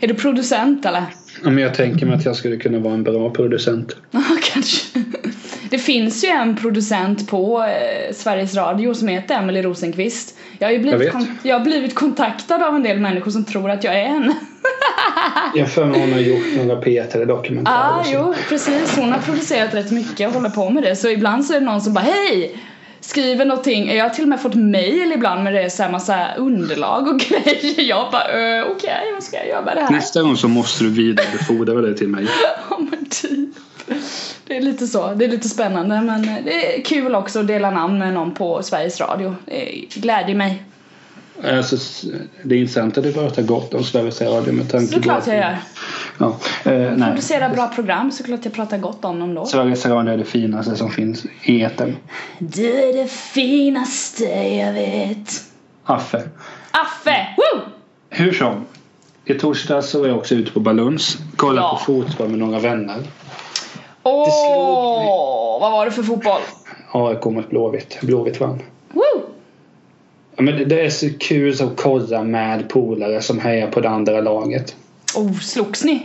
Speaker 2: Är du producent eller? [laughs]
Speaker 1: Ja, men jag tänker mig att jag skulle kunna vara en bra producent.
Speaker 2: Ja, kanske. Det finns ju en producent på eh, Sveriges Radio som heter Emelie Rosenqvist. Jag har ju blivit,
Speaker 1: Jag vet.
Speaker 2: kon- jag har blivit kontaktad av en del människor som tror att jag är en.
Speaker 1: Jag har för mig hon har gjort några P3
Speaker 2: Ja,
Speaker 1: dokumentärer.
Speaker 2: ah, jo, precis. Hon har producerat rätt mycket och håller på med det. Så ibland så är det någon som bara hej! Skriver någonting. Jag har till och med fått mail ibland med det är så här massa underlag och [laughs] grejer. Jag bara eh, okej, vad ska jag göra med det här?
Speaker 1: Nästa gång så måste du vidarebefordra det till mig.
Speaker 2: [laughs] Ja men typ. Det är lite så, det är lite spännande men det är kul också att dela namn med någon på Sveriges Radio. Det glädjer mig.
Speaker 1: Alltså, s- det är intressant att du pratar gott om Sveriges Radio med tanke
Speaker 2: Såklart jag gör.
Speaker 1: Ja, eh, nej.
Speaker 2: Producera bra program, såklart jag pratar gott om dem då.
Speaker 1: Sveriges Radio är det finaste som finns i etern.
Speaker 2: Du är det finaste jag vet.
Speaker 1: Affe.
Speaker 2: Affe! Woo!
Speaker 1: Hur som. I torsdags så var jag också ute på Baluns. Kollade
Speaker 2: Ja.
Speaker 1: på fotboll med några vänner. slog mig.
Speaker 2: Åh, vad var det för fotboll?
Speaker 1: AIK mot Blåvitt. Blåvitt vann.
Speaker 2: Woo!
Speaker 1: Ja, men det- det är så kul att kolla med polare som hejar på det andra laget.
Speaker 2: Oh, slogs ni?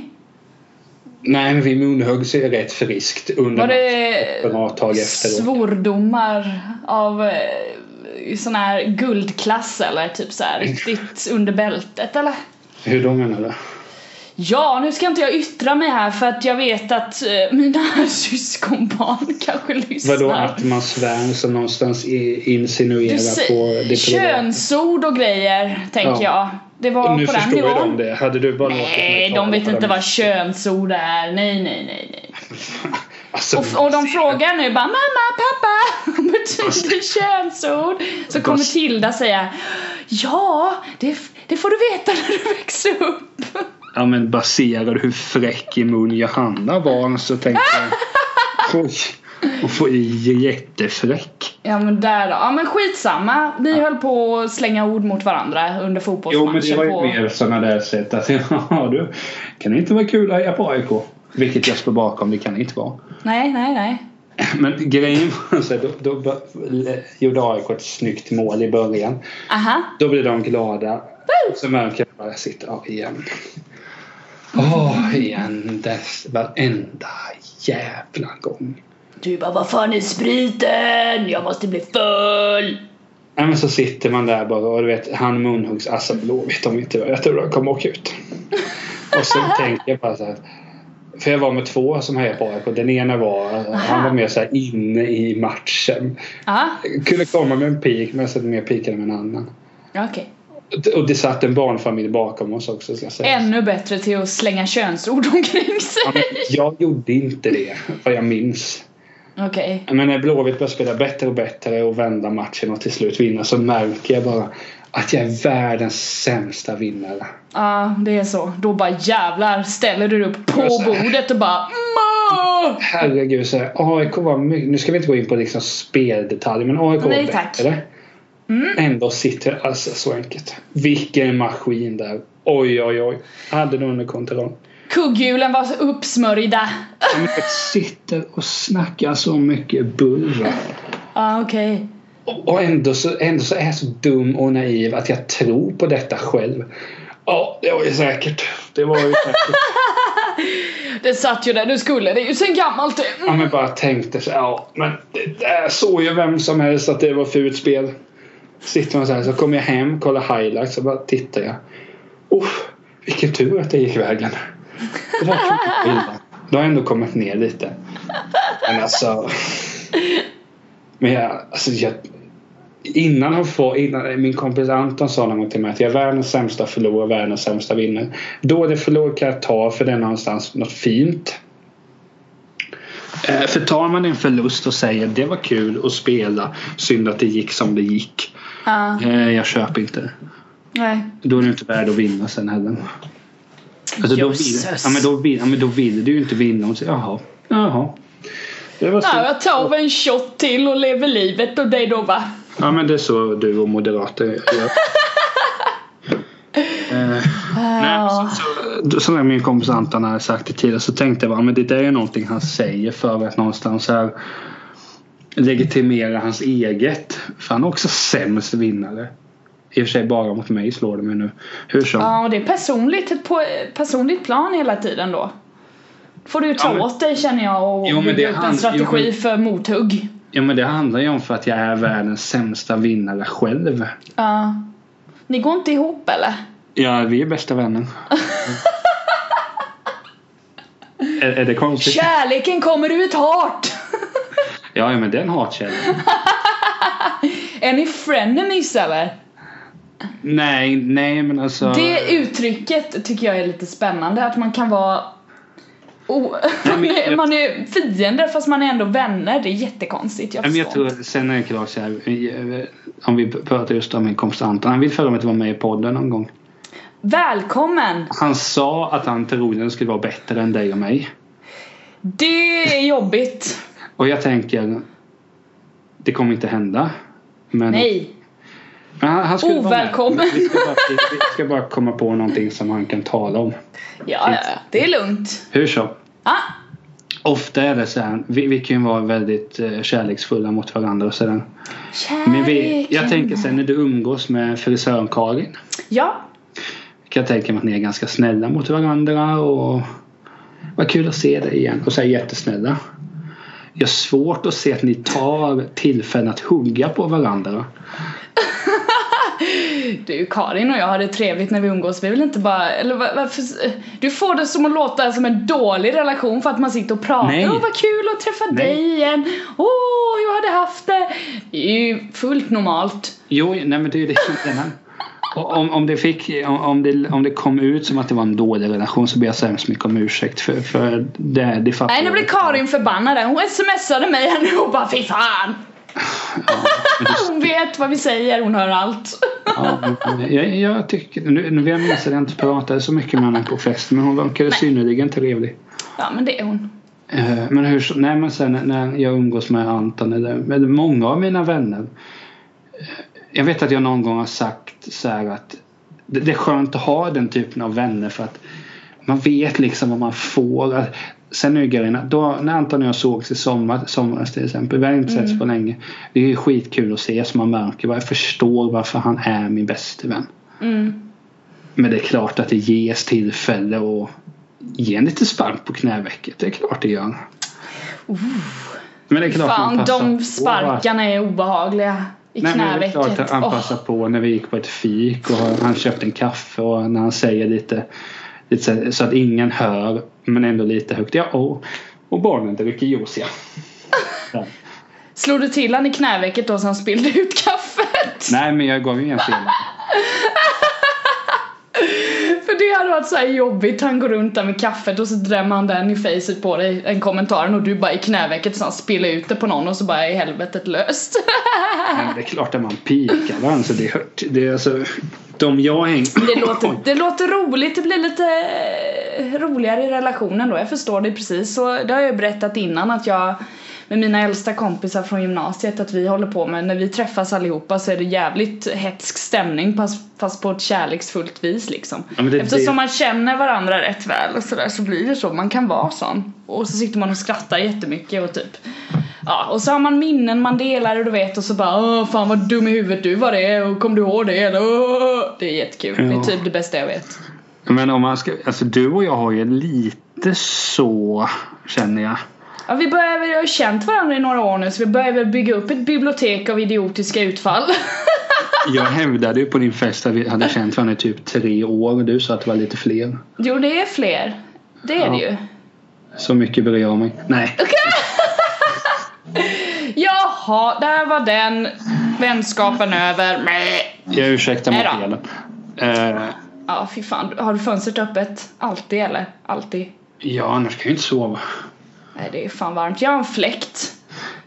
Speaker 1: Nej, men vi munhöggs ju rätt friskt under
Speaker 2: Var det
Speaker 1: matchen och ett tag efteråt.
Speaker 2: svordomar av eh, sån här guldklass eller typ så här riktigt under bältet eller?
Speaker 1: Hur då menar du?
Speaker 2: Ja, nu ska inte jag yttra mig här för att jag vet att eh, mina [laughs] syskonbarn kanske lyssnar.
Speaker 1: Vadå att man svär som någonstans i-
Speaker 2: Du
Speaker 1: insinuerar på
Speaker 2: säger
Speaker 1: det privata?
Speaker 2: könsord och grejer, tänker
Speaker 1: Ja.
Speaker 2: jag. Det var
Speaker 1: Nu
Speaker 2: på den
Speaker 1: förstår ju de
Speaker 2: nivån.
Speaker 1: det. Hade du bara låtit mig
Speaker 2: Nej,
Speaker 1: tala
Speaker 2: de vet
Speaker 1: på den-
Speaker 2: inte vad könsord är. Nej, nej, nej, nej.
Speaker 1: [laughs] Alltså,
Speaker 2: Och, och de frågar nu bara mamma, pappa, [laughs] vad betyder könsord? Så kommer Tilda säga ja, det, det får du veta när du växer upp.
Speaker 1: Ja men baserad hur fräck i mun Johanna var så tänkte jag Oj, hon får ju jättefräck.
Speaker 2: Ja men där då, ja men skitsamma. Ni höll på att slänga ord mot varandra under
Speaker 1: Jo men
Speaker 2: fotbollsmatchen.
Speaker 1: det var ju
Speaker 2: på...
Speaker 1: mer sådana där sätt att [laughs] ja du, kan det inte vara kul att heja på AIK? Vilket jag står bakom, det kan det inte vara.
Speaker 2: Nej, nej, nej.
Speaker 1: Men grejen var så här, då, då gjorde AIK ett snyggt mål i början.
Speaker 2: Aha.
Speaker 1: Då blir de glada. Så märker jag bara sitta av igen. Åh, igen. Dess, varenda jävla gång.
Speaker 2: Du bara vad fan är spriten? Jag måste bli full.
Speaker 1: Nej, men så sitter man där bara och du vet, han munhuggs alltså, Assa Blåvitt om inte jag. Jag tror han kommer åka ut. Och så tänker jag bara så här. För jag var med två som hejade på AIK. Den ena var, han var mer så här inne i matchen.
Speaker 2: Aha,
Speaker 1: Kunde komma med en pik men jag satt mer pikad med en annan.
Speaker 2: ja, okej.
Speaker 1: Och det satt en barnfamilj bakom oss också ska jag säga.
Speaker 2: Ännu bättre till att slänga könsord omkring sig.
Speaker 1: Ja, men Jag gjorde inte det, vad jag minns.
Speaker 2: Okej.
Speaker 1: Men när Blåvitt börjar spela bättre och bättre och vända matchen och till slut vinna så märker jag bara att jag är världens sämsta vinnare.
Speaker 2: Ja, det är så. Då bara jävlar ställer du dig upp på
Speaker 1: Just det.
Speaker 2: bordet och bara Mö!
Speaker 1: Herregud, så här,
Speaker 2: Mm.
Speaker 1: AIK var mycket... Nu ska vi inte gå in på liksom speldetaljer, men AIK
Speaker 2: Nej,
Speaker 1: var
Speaker 2: tack. Mm.
Speaker 1: bättre. Ändå sitter jag alltså så enkelt. Vilken maskin där. Oj, oj, oj. Hade det under kontroll.
Speaker 2: Kugghjulen var så uppsmörjda.
Speaker 1: Men Jag sitter och snackar så mycket bull. va.
Speaker 2: Ja, okej.
Speaker 1: Och och ändå så, ändå så är jag så dum och naiv att jag tror på detta själv. Ja, det var ju säkert. Det var ju säkert.
Speaker 2: Det satt ju där du skulle. Det är ju sen gammalt det.
Speaker 1: Ja, men bara tänkte så här, ja, men det där såg ju vem som helst att det var fult spel. Sitter man så här, så kommer jag hem, kollar highlights och bara tittar jag. Uff, vilken tur att det gick vägen. Det där kan inte gå illa. Då har jag ändå kommit ner lite. Men alltså. Men jag, alltså jag, Innan han får, innan min kompis Anton sa någon gång till mig att jag är världens sämsta förlorare, världens sämsta vinnare. Dålig förlorare kan jag ta för det är någonstans något fint. Eh, För tar man en förlust och säger det var kul att spela, synd att det gick som det gick.
Speaker 2: Ja,
Speaker 1: Eh, Jag köper inte.
Speaker 2: nej.
Speaker 1: Då är det inte värd att vinna sen heller. Alltså, då, vill,
Speaker 2: Jösses.
Speaker 1: ja, men då, vill, ja, men då vill du ju inte vinna. Och så, jaha, jaha. Det var
Speaker 2: Ja,
Speaker 1: så.
Speaker 2: jag tar väl en shot till och lever livet och dig då va? [laughs]
Speaker 1: Ja men det är så du och moderater gör. Eh, som jag min kompis Anton hade sagt det tidigare så tänkte jag att det där är någonting han säger för att någonstans här legitimera hans eget. För han är också sämst vinnare. I och för sig bara mot mig slår det mig nu. Hur som.
Speaker 2: Ja, och det är personligt, på ett personligt plan hela tiden då. Får du ta
Speaker 1: Ja, men-
Speaker 2: åt dig känner jag och
Speaker 1: Jo, men det
Speaker 2: bygga
Speaker 1: är
Speaker 2: upp
Speaker 1: han-
Speaker 2: en strategi
Speaker 1: jo, men-
Speaker 2: för mothugg.
Speaker 1: Ja men det handlar ju om för att jag är världens sämsta vinnare själv.
Speaker 2: Ja. Ni går inte ihop eller?
Speaker 1: Ja, vi är bästa vänner. [laughs] är, är det konstigt?
Speaker 2: Kärleken kommer ut hårt!
Speaker 1: Ja, ja, men den hatkällan.
Speaker 2: Är ni frenemies eller?
Speaker 1: Nej, nej men alltså.
Speaker 2: Det uttrycket tycker jag är lite spännande, att man kan vara o- [laughs] man, är, man är fiender fast man är ändå vänner, det är jättekonstigt. Jag
Speaker 1: Ja, Men
Speaker 2: förstår.
Speaker 1: jag tror, sen är det klart så här, eh, om vi pratar just om min kompis Anton. Han vill för övrigt vara med i podden någon gång.
Speaker 2: Välkommen!
Speaker 1: Han sa att han troligen skulle vara bättre än dig och mig.
Speaker 2: Det är jobbigt.
Speaker 1: Och jag tänker, det kommer inte hända. Men,
Speaker 2: Nej.
Speaker 1: men han, han skulle vara med.
Speaker 2: Ovälkommen.
Speaker 1: Vi ska, bara, vi, vi ska bara komma på någonting som han kan tala om.
Speaker 2: Ja, ja, ja, det är lugnt.
Speaker 1: Hur så?
Speaker 2: Ah,
Speaker 1: Ofta är det så här, vi, vi kan ju vara väldigt eh, kärleksfulla mot varandra och sådär.
Speaker 2: kärleken.
Speaker 1: Men vi, jag tänker sen när du umgås med frisören Karin.
Speaker 2: Ja,
Speaker 1: Kan jag tänka mig att ni är ganska snälla mot varandra och vad kul att se dig igen. Och så är jättesnälla. Jag har svårt att se att ni tar tillfällen att hugga på varandra.
Speaker 2: Du, Karin och jag har det trevligt när vi umgås. Vi vill inte bara... Eller va- varför... Du får det som att låta som en dålig relation för att man sitter och pratar.
Speaker 1: Nej.
Speaker 2: Åh, vad kul att träffa
Speaker 1: Nej.
Speaker 2: dig igen. Åh, jag hade haft det. Det är ju fullt normalt.
Speaker 1: Jo, nej men det är ju det som den här. Och Om, om, det fick, om, om, det, om det kom ut som att det var en dålig relation så ber jag så hemskt mycket om ursäkt för, för det. det fattar
Speaker 2: Nej, nu
Speaker 1: jag.
Speaker 2: blev Karin förbannad. där. Hon smsade mig här nu och bara fy fan. Hon vet vad vi säger, hon hör allt.
Speaker 1: Ja, men jag, jag tycker, nu, nu jag minns att jag inte pratade så mycket med henne på festen men hon verkade synnerligen trevlig.
Speaker 2: Ja, men det är hon.
Speaker 1: Eh, Men hur så- nej men sen när jag umgås med Anton eller med många av mina vänner. eh, Jag vet att jag någon gång har sagt så här att det, det är skönt att ha den typen av vänner för att man vet liksom vad man får. Att- Sen är ju grejen att då, när Anton och jag sågs i sommar, somras till exempel, vi har inte
Speaker 2: Mm.
Speaker 1: setts på länge. Det är ju skitkul att ses man märker vad jag förstår varför han är min bäste vän.
Speaker 2: Mm.
Speaker 1: Men det är klart att det ges tillfälle att ge en liten spark på knävecket. Det är klart det gör. Men det är klart man
Speaker 2: Fan,
Speaker 1: passar
Speaker 2: de
Speaker 1: på.
Speaker 2: sparkarna är obehagliga. I
Speaker 1: Nej, men det är klart
Speaker 2: knävecket.
Speaker 1: att han
Speaker 2: Åh.
Speaker 1: passar på när vi gick på ett fik och han köpte en kaffe och när han säger lite, lite så- så att ingen hör men ändå lite högt. Ja, och, och barnen dricker juice ja. Ja.
Speaker 2: Slog du till han i knävecket då så han spillde ut kaffet?
Speaker 1: Nej men jag gav ju ingen fel.
Speaker 2: För det hade varit så här jobbigt, han går runt där med kaffet och så drämmer han den i facet på dig, den kommentaren och du bara i knävecket så han spiller ut det på någon och så bara är helvetet löst.
Speaker 1: Men det är klart att man pikar varandra så det är hört. Det är alltså, de jag hänger...
Speaker 2: [laughs] Det låter, det låter roligt, det blir lite eh, roligare i relationen då, jag förstår det precis. Så det har jag ju berättat innan att jag med mina äldsta kompisar från gymnasiet att vi håller på med, när vi träffas allihopa så är det jävligt hetsk stämning fast- fast på ett kärleksfullt vis liksom.
Speaker 1: Ja, men det-
Speaker 2: Eftersom
Speaker 1: det-
Speaker 2: man känner varandra rätt väl och sådär så blir det så, man kan vara sån. Och så sitter man och skrattar jättemycket och typ Ja, och så har man minnen man delar och du vet och så bara Åh, fan vad dum i huvudet du var det och kom du ihåg det eller Åh." Det är jättekul, det är
Speaker 1: Ja.
Speaker 2: typ det bästa jag vet
Speaker 1: Men om man ska, alltså du och jag har ju lite så känner jag.
Speaker 2: Ja, vi börjar väl, vi har ju känt varandra i några år nu så vi börjar väl bygga upp ett bibliotek av idiotiska utfall [laughs]
Speaker 1: Jag hävdade ju på din fest att vi hade känt varandra i typ tre år och du sa att det var lite fler.
Speaker 2: Jo, det är fler Det är det ju
Speaker 1: Så mycket bryr jag mig. Nej.
Speaker 2: Jaha, där var den vänskapen över Mäh.
Speaker 1: Jag ursäktar mig
Speaker 2: Nej
Speaker 1: fel. Eh,
Speaker 2: Ja, fy fan, har du fönstret öppet? Alltid eller? Alltid?
Speaker 1: ja, annars kan jag inte sova.
Speaker 2: Nej, det är fan varmt, jag har en fläkt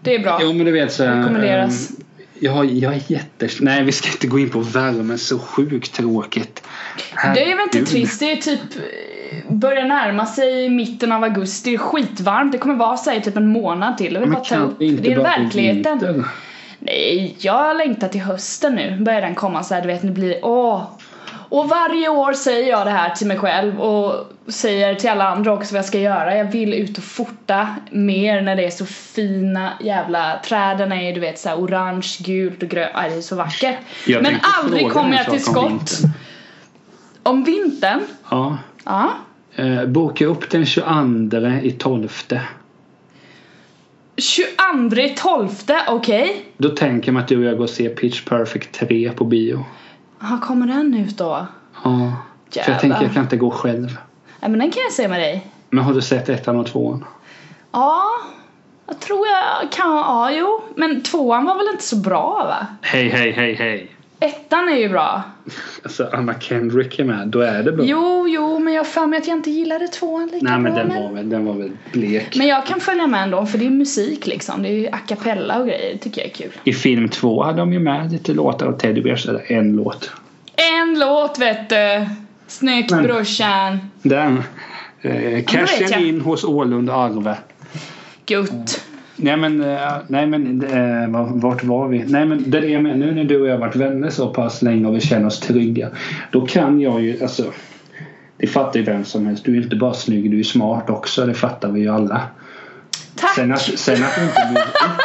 Speaker 2: Det är bra
Speaker 1: Jo, men du vet så här,
Speaker 2: Rekommenderas.
Speaker 1: ehm, jag, har, jag är jätte... Nej, vi ska inte gå in på värmen. Så sjukt tråkigt.
Speaker 2: Det är väl inte
Speaker 1: Herregud.
Speaker 2: trist, det är typ eh, börjar närma sig mitten av augusti, det är skitvarmt, det kommer vara så här i typ en månad till. Jag vill
Speaker 1: Men
Speaker 2: bara ta
Speaker 1: kan
Speaker 2: upp.
Speaker 1: vi inte
Speaker 2: Det är
Speaker 1: bara få
Speaker 2: verkligheten.
Speaker 1: vinter?
Speaker 2: Nej, jag längtar till hösten nu. Börjar den komma så här, du vet, det blir åh. Och varje år säger jag det här till mig själv och säger till alla andra också vad jag ska göra. Jag vill ut och fota mer när det är så fina jävla träden är ju du vet så här orange, gult och grönt. Aj, det är så vackert.
Speaker 1: Jag
Speaker 2: Men
Speaker 1: tänkte
Speaker 2: aldrig
Speaker 1: fråga
Speaker 2: kommer
Speaker 1: en
Speaker 2: jag
Speaker 1: sak
Speaker 2: till
Speaker 1: om
Speaker 2: skott.
Speaker 1: vintern.
Speaker 2: Om vintern?
Speaker 1: Ja.
Speaker 2: Ja.
Speaker 1: Eh, boka upp den 22 i 12.
Speaker 2: 22 12, okej.
Speaker 1: Då tänker man att du och jag går och ser Pitch Perfect 3 på bio.
Speaker 2: Ja, kommer den ut då?
Speaker 1: Ja. För
Speaker 2: Jävlar.
Speaker 1: jag tänker jag kan inte gå själv.
Speaker 2: Nej men den kan jag se med dig.
Speaker 1: Men har du sett ettan och tvåan?
Speaker 2: Ja, jag tror jag kan, ja jo. Men tvåan var väl inte så bra va?
Speaker 1: Hej, hej, hej, hej.
Speaker 2: Ettan är ju bra.
Speaker 1: Alltså Anna Kendrick är med, då är det bra.
Speaker 2: Jo, jo, men jag har för mig att jag inte gillade tvåan lika
Speaker 1: Nej men
Speaker 2: bra.
Speaker 1: den var väl, den var väl blek.
Speaker 2: men jag kan följa med ändå för det är musik liksom. Det är ju a cappella och grejer. Det tycker jag är kul.
Speaker 1: I film två hade de ju med lite låtar och Teddy Bears, eller en låt.
Speaker 2: En låt vet du! Snyggt
Speaker 1: Men-
Speaker 2: brorsan!
Speaker 1: Den. Eh,
Speaker 2: vet
Speaker 1: cashen
Speaker 2: jag.
Speaker 1: in hos Ålund Arve. Mm.
Speaker 2: Gutt!
Speaker 1: Nej men, eh, nej, men eh, var- vart var vi? Nej men det är det jag menar, nu när du och jag har varit vänner så pass länge och vi känner oss trygga. Då kan jag ju, alltså. Det fattar ju vem som helst. Du är ju inte bara snygg, du är smart också. Det fattar vi ju alla.
Speaker 2: Tack!
Speaker 1: Sen att, sen att du inte når upp.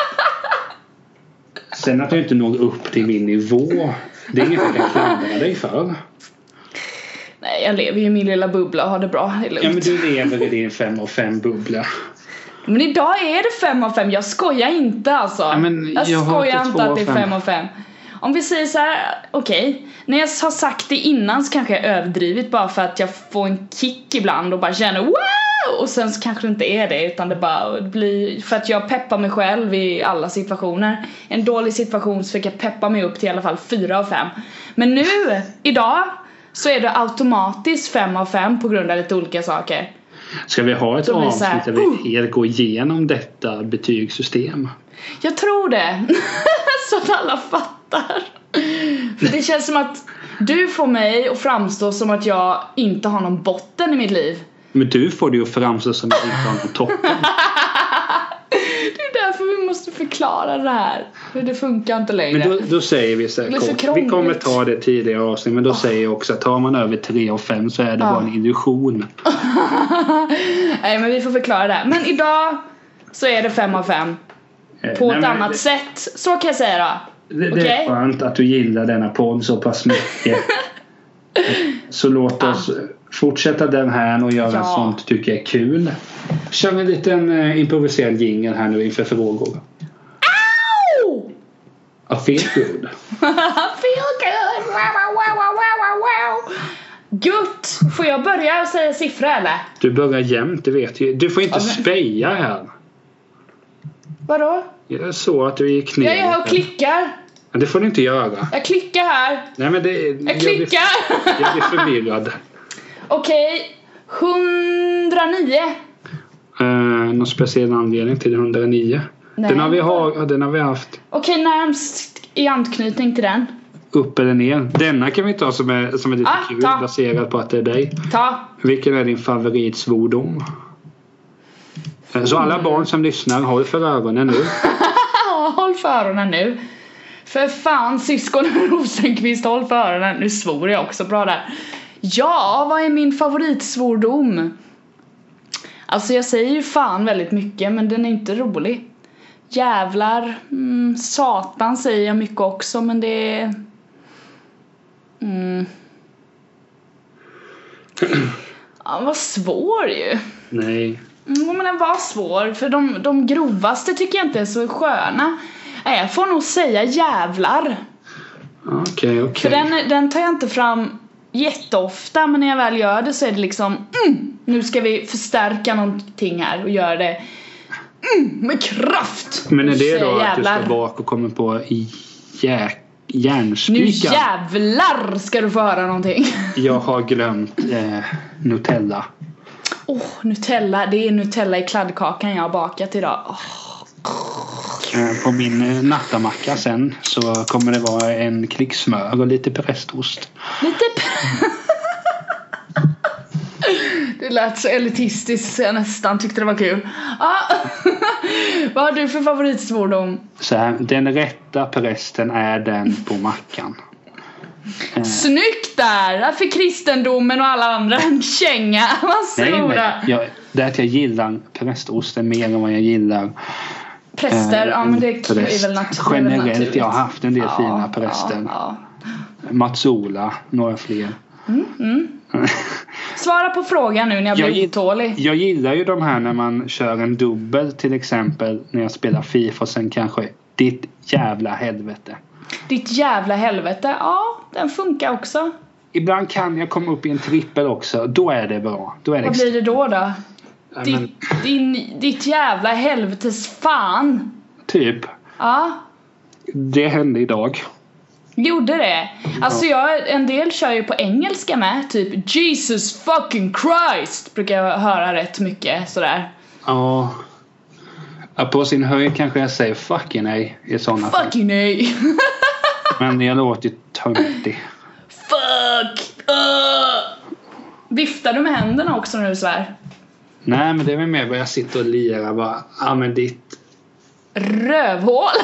Speaker 1: Sen att du inte når upp till min nivå. Det är inget jag kan klandra dig för.
Speaker 2: Nej, jag lever ju i min lilla bubbla och har det bra. Det är lugnt.
Speaker 1: Ja men du lever i din fem av fem bubbla.
Speaker 2: Men idag är det fem av fem. jag skojar inte alltså.
Speaker 1: men
Speaker 2: jag
Speaker 1: jag har
Speaker 2: skojar
Speaker 1: inte
Speaker 2: inte
Speaker 1: två
Speaker 2: att
Speaker 1: av
Speaker 2: det är
Speaker 1: fem.
Speaker 2: fem av fem. Om vi säger så här, okej. När jag har sagt det innan så kanske jag är överdrivit bara för att jag får en kick ibland och bara känner wow! Och sen så kanske det inte är det utan det bara blir, för att jag peppar mig själv i alla situationer. En dålig situation så fick jag peppa mig upp till i alla fall fyra av fem. Men nu, idag, så är det automatiskt fem av fem på grund av lite olika saker.
Speaker 1: Ska vi ha ett
Speaker 2: Då blir det så här,
Speaker 1: avsnitt där vi helt går igenom detta betygssystem?
Speaker 2: Jag tror det. [laughs] så att alla fattar. För det känns som att du får mig att framstå som att jag inte har någon botten i mitt liv.
Speaker 1: Men du får det ju att framstå som att du inte har någon toppen.
Speaker 2: Det är därför vi måste förklara det här. För det funkar inte längre.
Speaker 1: Men då, då säger vi så här
Speaker 2: Det blir så
Speaker 1: kort. Vi
Speaker 2: krångligt.
Speaker 1: kommer ta det tidigare avsnitt men då säger jag också att tar man över 3 av 5 så är det
Speaker 2: Ja.
Speaker 1: bara en illusion.
Speaker 2: Nej men vi får förklara det här. Men idag så är det fem av fem
Speaker 1: Eh,
Speaker 2: På
Speaker 1: nej,
Speaker 2: ett
Speaker 1: men
Speaker 2: annat
Speaker 1: det-
Speaker 2: sätt. Så kan jag säga då.
Speaker 1: Det, det
Speaker 2: Okej.
Speaker 1: är skönt att du gillar denna podd så pass
Speaker 2: [laughs]
Speaker 1: mycket. så låt oss fortsätta den här och göra
Speaker 2: Ja.
Speaker 1: sånt du tycker är kul. Kör vi en liten eh, improviserad jingel här nu inför frågor.
Speaker 2: Oh!
Speaker 1: A feel good.
Speaker 2: Feel good! Wow, wow, wow, wow, wow, wow. Gutt! Får jag börja och säga siffror eller?
Speaker 1: Du börjar jämt, det vet jag. Du får inte speja här.
Speaker 2: Vadå?
Speaker 1: Jag såg att du gick ner.
Speaker 2: Jag är här och
Speaker 1: lite.
Speaker 2: klickar.
Speaker 1: Men Det får du inte göra.
Speaker 2: Jag klickar här.
Speaker 1: Nej men det...
Speaker 2: Jag
Speaker 1: blir,
Speaker 2: klickar! [laughs]
Speaker 1: jag blir förvirrad.
Speaker 2: Okej, 109.
Speaker 1: Uh, någon speciell anledning till 109?
Speaker 2: Nej.
Speaker 1: Den har, vi ha, den har vi haft
Speaker 2: Okej, närmst i anknytning till den.
Speaker 1: upp eller ner. Denna kan vi ta som är, som är lite
Speaker 2: Ah,
Speaker 1: kul
Speaker 2: ta.
Speaker 1: baserat på att det är dig.
Speaker 2: Ta.
Speaker 1: Vilken är din favoritsvordom? Eh, Så alla barn som lyssnar, håll för öronen nu.
Speaker 2: Ja, håll för öronen nu. För fan syskonen [laughs] Rosenqvist, håll för öronen. Nu svor jag också bra där. Ja, vad är min favoritsvordom? Alltså jag säger ju fan väldigt mycket men den är inte rolig. Jävlar, mm, satan säger jag mycket också men det är... Mm. [clears throat] Ja, vad svår ju.
Speaker 1: Nej.
Speaker 2: Mm, Jo men den var svår för de, de grovaste tycker jag inte är så sköna. Nej, jag får nog säga jävlar.
Speaker 1: Okej,
Speaker 2: För
Speaker 1: okej.
Speaker 2: den, den tar jag inte fram jätteofta men när jag väl gör det så är det liksom mm, nu ska vi förstärka någonting här och göra det mm, med kraft.
Speaker 1: Men är
Speaker 2: Och
Speaker 1: det då
Speaker 2: säga
Speaker 1: att du
Speaker 2: jävlar.
Speaker 1: ska bak och komma på jä-
Speaker 2: Nu
Speaker 1: järnspikar?
Speaker 2: jävlar ska du få höra någonting. [laughs]
Speaker 1: Jag har glömt eh, Nutella.
Speaker 2: Åh, Nutella. Det är Nutella i kladdkakan jag har bakat idag. Åh.
Speaker 1: Eh, På min eh, nattamacka sen så kommer det vara en klick smör och lite prästost.
Speaker 2: Lite p- Det lät så elitistiskt så jag nästan tyckte det var kul. Ah. [laughs] Vad har du för favoritsvordom?
Speaker 1: Så här, den rätta prästen är den på mackan. Eh,
Speaker 2: Snyggt där! Där fick kristendomen och alla andra en känga. [laughs]
Speaker 1: nej,
Speaker 2: Varsågoda.
Speaker 1: nej. Jag, det är att jag gillar prästosten mer än vad jag gillar
Speaker 2: Präster,
Speaker 1: Eh,
Speaker 2: ja men det är
Speaker 1: präst.
Speaker 2: väl nat- det är väl
Speaker 1: Generellt,
Speaker 2: naturligt.
Speaker 1: jag har haft en del
Speaker 2: Ja,
Speaker 1: fina präster.
Speaker 2: Ja,
Speaker 1: Matsola, några fler.
Speaker 2: ja. Svara på frågan nu när jag
Speaker 1: Jag
Speaker 2: blir
Speaker 1: gill-
Speaker 2: otålig.
Speaker 1: Jag gillar ju de här när man kör en dubbel till exempel när jag spelar Fifa och sen kanske ditt jävla helvete.
Speaker 2: Ditt jävla helvete. Ja, den funkar också.
Speaker 1: Ibland kan jag komma upp i en trippel också. Då är det bra. Då är det
Speaker 2: Vad blir det då då?
Speaker 3: Ja, men-
Speaker 2: Ditt, din, ditt jävla helvetes fan.
Speaker 1: typ.
Speaker 2: Ja,
Speaker 1: Det hände idag.
Speaker 2: gjorde det. Alltså jag, en del kör ju på engelska med. Typ Jesus fucking Christ. Brukar jag höra rätt mycket sådär.
Speaker 1: Ja. Ja, På sin höjd kanske jag säger fucking nej i sådana fall.
Speaker 2: Fucking nej.
Speaker 1: Men jag låter ju töntig.
Speaker 2: [laughs] Fuck! Uh. Viftar du med händerna också när du svär?
Speaker 1: Nej men det är väl mer vad jag sitter och lirar bara. Ja men ditt
Speaker 2: Rövhål! [laughs]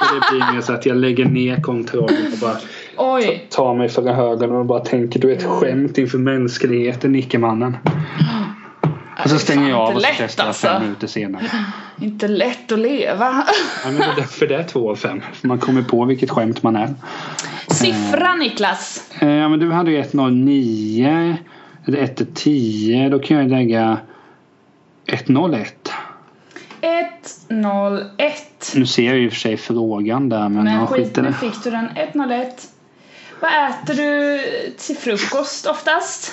Speaker 1: Och det blir mer så att jag lägger ner kontrollen och bara
Speaker 2: Oj!
Speaker 1: tar mig för högen och bara tänker du är ett skämt inför mänskligheten Nicke-mannen. Och så stänger jag av
Speaker 2: inte
Speaker 1: och så
Speaker 2: lätt,
Speaker 1: testar jag
Speaker 2: alltså.
Speaker 1: fem minuter senare.
Speaker 2: Inte lätt att leva. [laughs]
Speaker 1: Ja, men det är därför det är två av fem. För Man kommer på vilket skämt man är. Mm.
Speaker 2: Siffra Niklas!
Speaker 1: Eh, Ja men du hade ju 109 eller 1 till 10. Då kan jag lägga 101.
Speaker 2: 101.
Speaker 1: Nu ser jag ju i och för sig frågan där men,
Speaker 2: Men
Speaker 1: jag
Speaker 2: skit
Speaker 1: skiter Mm, i
Speaker 2: nu
Speaker 1: det.
Speaker 2: fick du den. 101. Vad äter du till frukost oftast?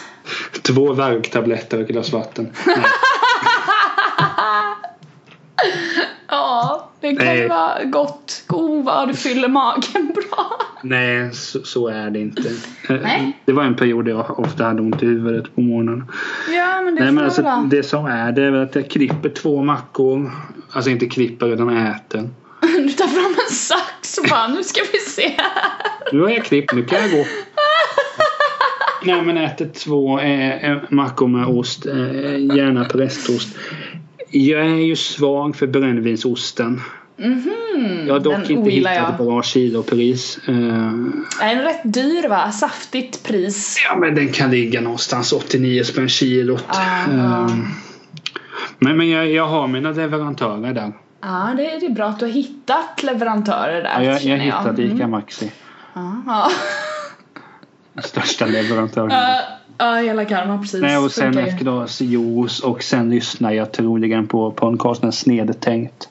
Speaker 1: Två värktabletter och ett glas vatten. Nej.
Speaker 2: Ja, det kan ju
Speaker 1: Nej.
Speaker 2: vara gott. Oh, vad du fyller magen bra. Mm.
Speaker 1: Nej, så, så är det inte. Eh,
Speaker 2: Nej.
Speaker 1: Det var en period där jag ofta hade ont i huvudet på morgonen.
Speaker 2: Ja, men det
Speaker 1: Nej,
Speaker 2: får
Speaker 1: men alltså,
Speaker 2: vara.
Speaker 1: det som är det är väl att jag klipper två mackor. Alltså inte klipper utan äter.
Speaker 2: Du tar fram en sax och bara, nu ska vi se.
Speaker 1: Nu har jag klippt, nu kan jag
Speaker 2: [laughs]
Speaker 1: gå. Nej men äter två eh, eh, mackor med ost. Eh, gärna prästost. Jag är ju svag för brännvinsosten. jag har dock
Speaker 2: Mhm. den
Speaker 1: inte
Speaker 2: ogillar
Speaker 1: hittat
Speaker 2: jag.
Speaker 1: bra kilopris. Eh,
Speaker 2: Är en rätt dyr va? Saftigt pris.
Speaker 1: Ja men den kan ligga någonstans 89 spänn kilot.
Speaker 2: Ah,
Speaker 1: Ehm, Men, men jag, jag har mina leverantörer där.
Speaker 2: Ja, det är, det är bra att du har hittat leverantörer där.
Speaker 1: Ja, jag, jag
Speaker 2: känner
Speaker 1: hittade
Speaker 2: Mm.
Speaker 1: ICA Maxi.
Speaker 2: Ja, ja.
Speaker 1: Den största leverantören.
Speaker 2: Ja, ja, hela karma precis.
Speaker 1: Nej, och sen
Speaker 2: Funkar ju.
Speaker 1: ett glas juice och sen lyssnar jag troligen på podcasten Snedtänkt.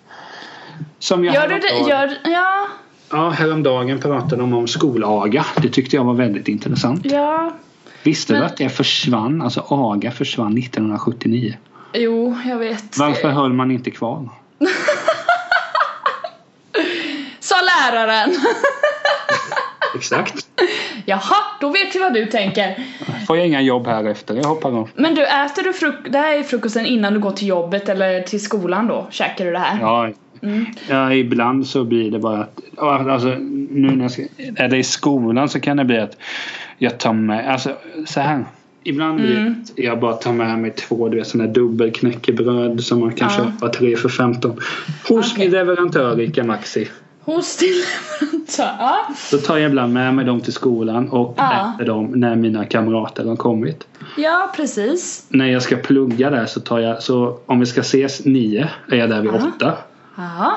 Speaker 1: Som jag
Speaker 2: Gör du
Speaker 1: häromdagen-
Speaker 2: det? Gör, ja,
Speaker 1: Ja, häromdagen pratade de om skolaga. Det tyckte jag var väldigt intressant.
Speaker 2: ja.
Speaker 1: Visste
Speaker 2: Men-
Speaker 1: du att det försvann? Alltså aga försvann 1979.
Speaker 2: Jo, jag vet.
Speaker 1: Varför höll man inte kvar?
Speaker 2: Sa läraren.
Speaker 1: Exakt.
Speaker 2: Jaha, då vet vi vad du tänker.
Speaker 1: Får jag inga jobb här efter? Jag hoppar av.
Speaker 2: Men du, äter du fruk- det här är frukosten innan du går till jobbet eller till skolan då? Käkar du det här?
Speaker 1: Ja.
Speaker 2: Mm.
Speaker 1: ja, ibland så blir det bara att... ja, Alltså, nu när jag ska, är det i skolan så kan det bli att jag tar med... Alltså, så här. Ibland blir
Speaker 2: Mm.
Speaker 1: det att jag bara tar med mig två du vet, såna här dubbelknäckebröd som man kan
Speaker 2: Ja.
Speaker 1: köpa tre för 15. Hos
Speaker 2: Okej.
Speaker 1: min leverantör Ica Maxi.
Speaker 2: Hos din [laughs] leverantör? Ja.
Speaker 1: Då tar jag ibland med mig dem till skolan och
Speaker 2: Ja.
Speaker 1: äter dem när mina kamrater har kommit.
Speaker 2: ja, precis.
Speaker 1: När jag ska plugga där så tar jag... Så om vi ska ses nio är jag där vid åtta.
Speaker 2: Ja.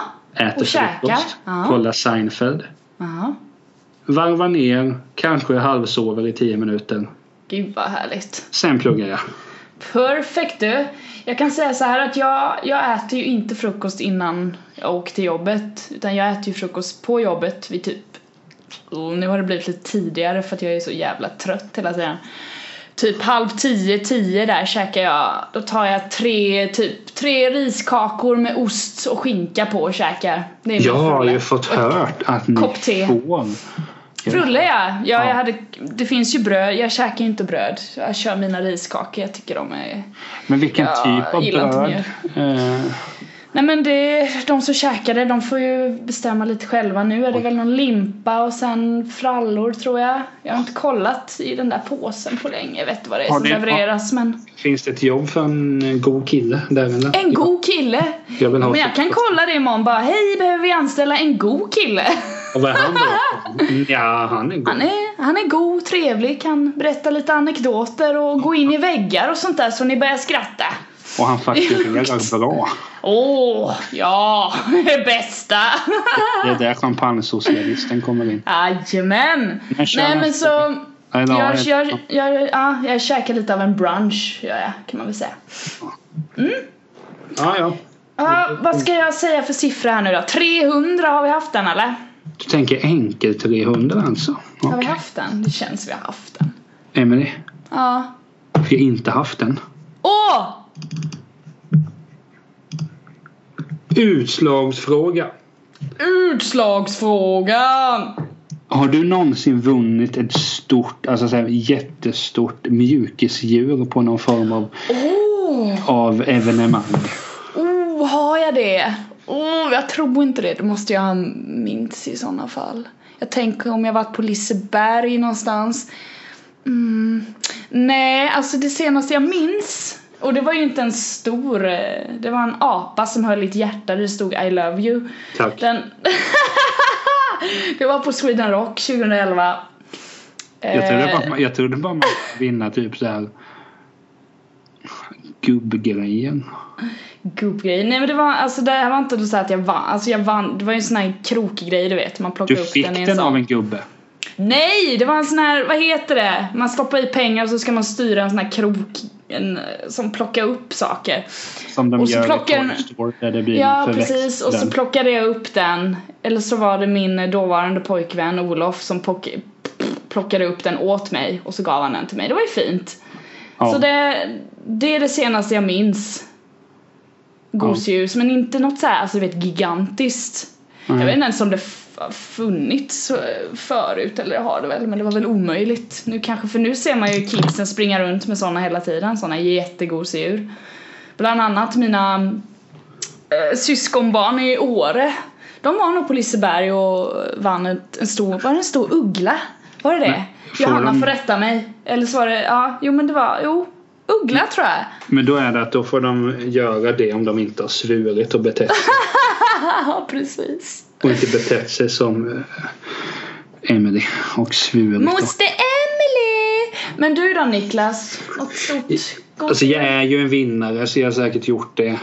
Speaker 1: Äter
Speaker 2: Och käkar.
Speaker 1: frukost.
Speaker 2: Ja.
Speaker 1: Kollar Seinfeld.
Speaker 2: ja.
Speaker 1: Varvar ner, kanske halvsover i 10 minuter.
Speaker 2: Gud vad härligt.
Speaker 1: Sen pluggar jag.
Speaker 2: Perfekt du! Jag kan säga så här att jag, jag äter ju inte frukost innan jag åker till jobbet utan jag äter ju frukost på jobbet vid typ och nu har det blivit lite tidigare för att jag är så jävla trött hela tiden. Typ halv tio, tio där käkar jag. Då tar jag tre, typ tre riskakor med ost och skinka på och käkar. Det är min
Speaker 1: Jag har
Speaker 2: frulle.
Speaker 1: ju fått hört att ni
Speaker 2: kopp te.
Speaker 1: får...
Speaker 2: Frulle ja. ja,
Speaker 1: Ja.
Speaker 2: jag hade, det finns ju bröd. Jag käkar ju inte bröd. Jag kör mina riskakor. Jag tycker de är
Speaker 1: Men vilken
Speaker 2: Jag
Speaker 1: typ av
Speaker 2: gillar inte
Speaker 1: bröd? Eh,
Speaker 2: Nej men det, de som käkar det, de får ju bestämma lite själva. Nu är det väl någon limpa och sen frallor tror jag. Jag har inte kollat i den där påsen på länge. Jag vet inte vad det är
Speaker 1: Har
Speaker 2: som
Speaker 1: ni-
Speaker 2: levereras men...
Speaker 1: finns det ett jobb för en god kille där eller?
Speaker 2: En god kille!
Speaker 1: Jag vill ha
Speaker 2: Men jag kan kolla det imorgon bara, hej behöver vi anställa en god kille?
Speaker 1: Och vad är han då? Mm, Ja, han är god.
Speaker 2: Han är, han är god, trevlig, kan berätta lite anekdoter och gå in i väggar och sånt där så ni börjar skratta.
Speaker 1: Och han fakturerar bra.
Speaker 2: Åh, ja, [laughs] bästa!
Speaker 1: Det är där champagnesocialisten kommer in.
Speaker 2: Jajamän!
Speaker 1: Men kör
Speaker 2: Nej men
Speaker 1: nästa.
Speaker 2: så,
Speaker 1: Eller,
Speaker 2: jag,
Speaker 1: ja,
Speaker 2: jag, jag, ja, jag käkar lite av en brunch, gör jag, kan man väl säga.
Speaker 1: ja, ja.
Speaker 2: Ja, vad ska jag säga för siffra här nu då? 300 har vi haft den eller?
Speaker 1: Du tänker enkel 300 alltså?
Speaker 2: Har vi
Speaker 1: Okej.
Speaker 2: haft den? Det känns vi har haft den.
Speaker 1: Emily,
Speaker 2: Ja.
Speaker 1: vi har inte haft den.
Speaker 2: Åh!
Speaker 1: Utslagsfråga.
Speaker 2: Utslagsfrågan!
Speaker 1: Har du någonsin vunnit ett stort, alltså så här, jättestort mjukisdjur på någon form av,
Speaker 2: Åh!
Speaker 1: av evenemang?
Speaker 2: Oh, har jag det? Oh, jag tror inte det. Det måste jag ha minns i sådana fall. Jag tänker om jag varit på Liseberg någonstans. Mm. Nej, alltså det senaste jag minns och det var ju inte en stor, eh, det var en apa som höll i ett hjärta där det stod I love you.
Speaker 1: Tack.
Speaker 2: Den... [laughs] det var på Sweden Rock 2011.
Speaker 1: Jag trodde
Speaker 2: Eh,
Speaker 1: bara, jag trodde bara man skulle vinna typ så här gubbgrejen.
Speaker 2: Gubbgrej. Nej men det var alltså det här var inte så att jag vann. Alltså jag vann. Det var ju en sån här krokgrej du vet. Man plockar
Speaker 1: Du
Speaker 2: upp
Speaker 1: fick
Speaker 2: den i en
Speaker 1: den
Speaker 2: sån.
Speaker 1: av en gubbe.
Speaker 2: Nej! Det var en sån här, vad heter det? Man stoppar i pengar och så ska man styra en sån här krok. En, eh, som plockar upp saker.
Speaker 1: Som de
Speaker 2: Och så
Speaker 1: gör
Speaker 2: plockar
Speaker 1: i
Speaker 2: den-
Speaker 1: Toy Story där det blir
Speaker 2: Ja
Speaker 1: en
Speaker 2: precis. Och så
Speaker 1: förväxlan.
Speaker 2: plockade jag upp den. Eller så var det min dåvarande pojkvän Olof som plock- plockade upp den åt mig. Och så gav han den till mig. Det var ju fint.
Speaker 1: Ja.
Speaker 2: Så det, det är det senaste jag minns. Gosedjurs, men inte något så här, alltså du vet gigantiskt. Jag vet inte ens om det f- har funnits eh, förut, eller det har det väl, men det var väl omöjligt. Nu kanske, för nu ser man ju kidsen springa runt med sådana hela tiden, sådana jättegosedjur. Bland annat mina eh, syskonbarn i Åre. De var nog på Liseberg och vann ett, en stor, var det en stor uggla? Var det det?
Speaker 1: får
Speaker 2: Johanna
Speaker 1: de-
Speaker 2: får rätta mig. Eller så var det, ja, jo men det var, jo, uggla
Speaker 1: Mm.
Speaker 2: tror jag.
Speaker 1: Men då är det att då får de göra det om de inte har svurit och betett sig,
Speaker 2: Ja, precis.
Speaker 1: och inte betett sig som eh, Emily och svurit. och-
Speaker 2: Moster Emily! Men du då Niklas? Något stort gott?
Speaker 1: Alltså jag är ju en vinnare så jag har säkert gjort det.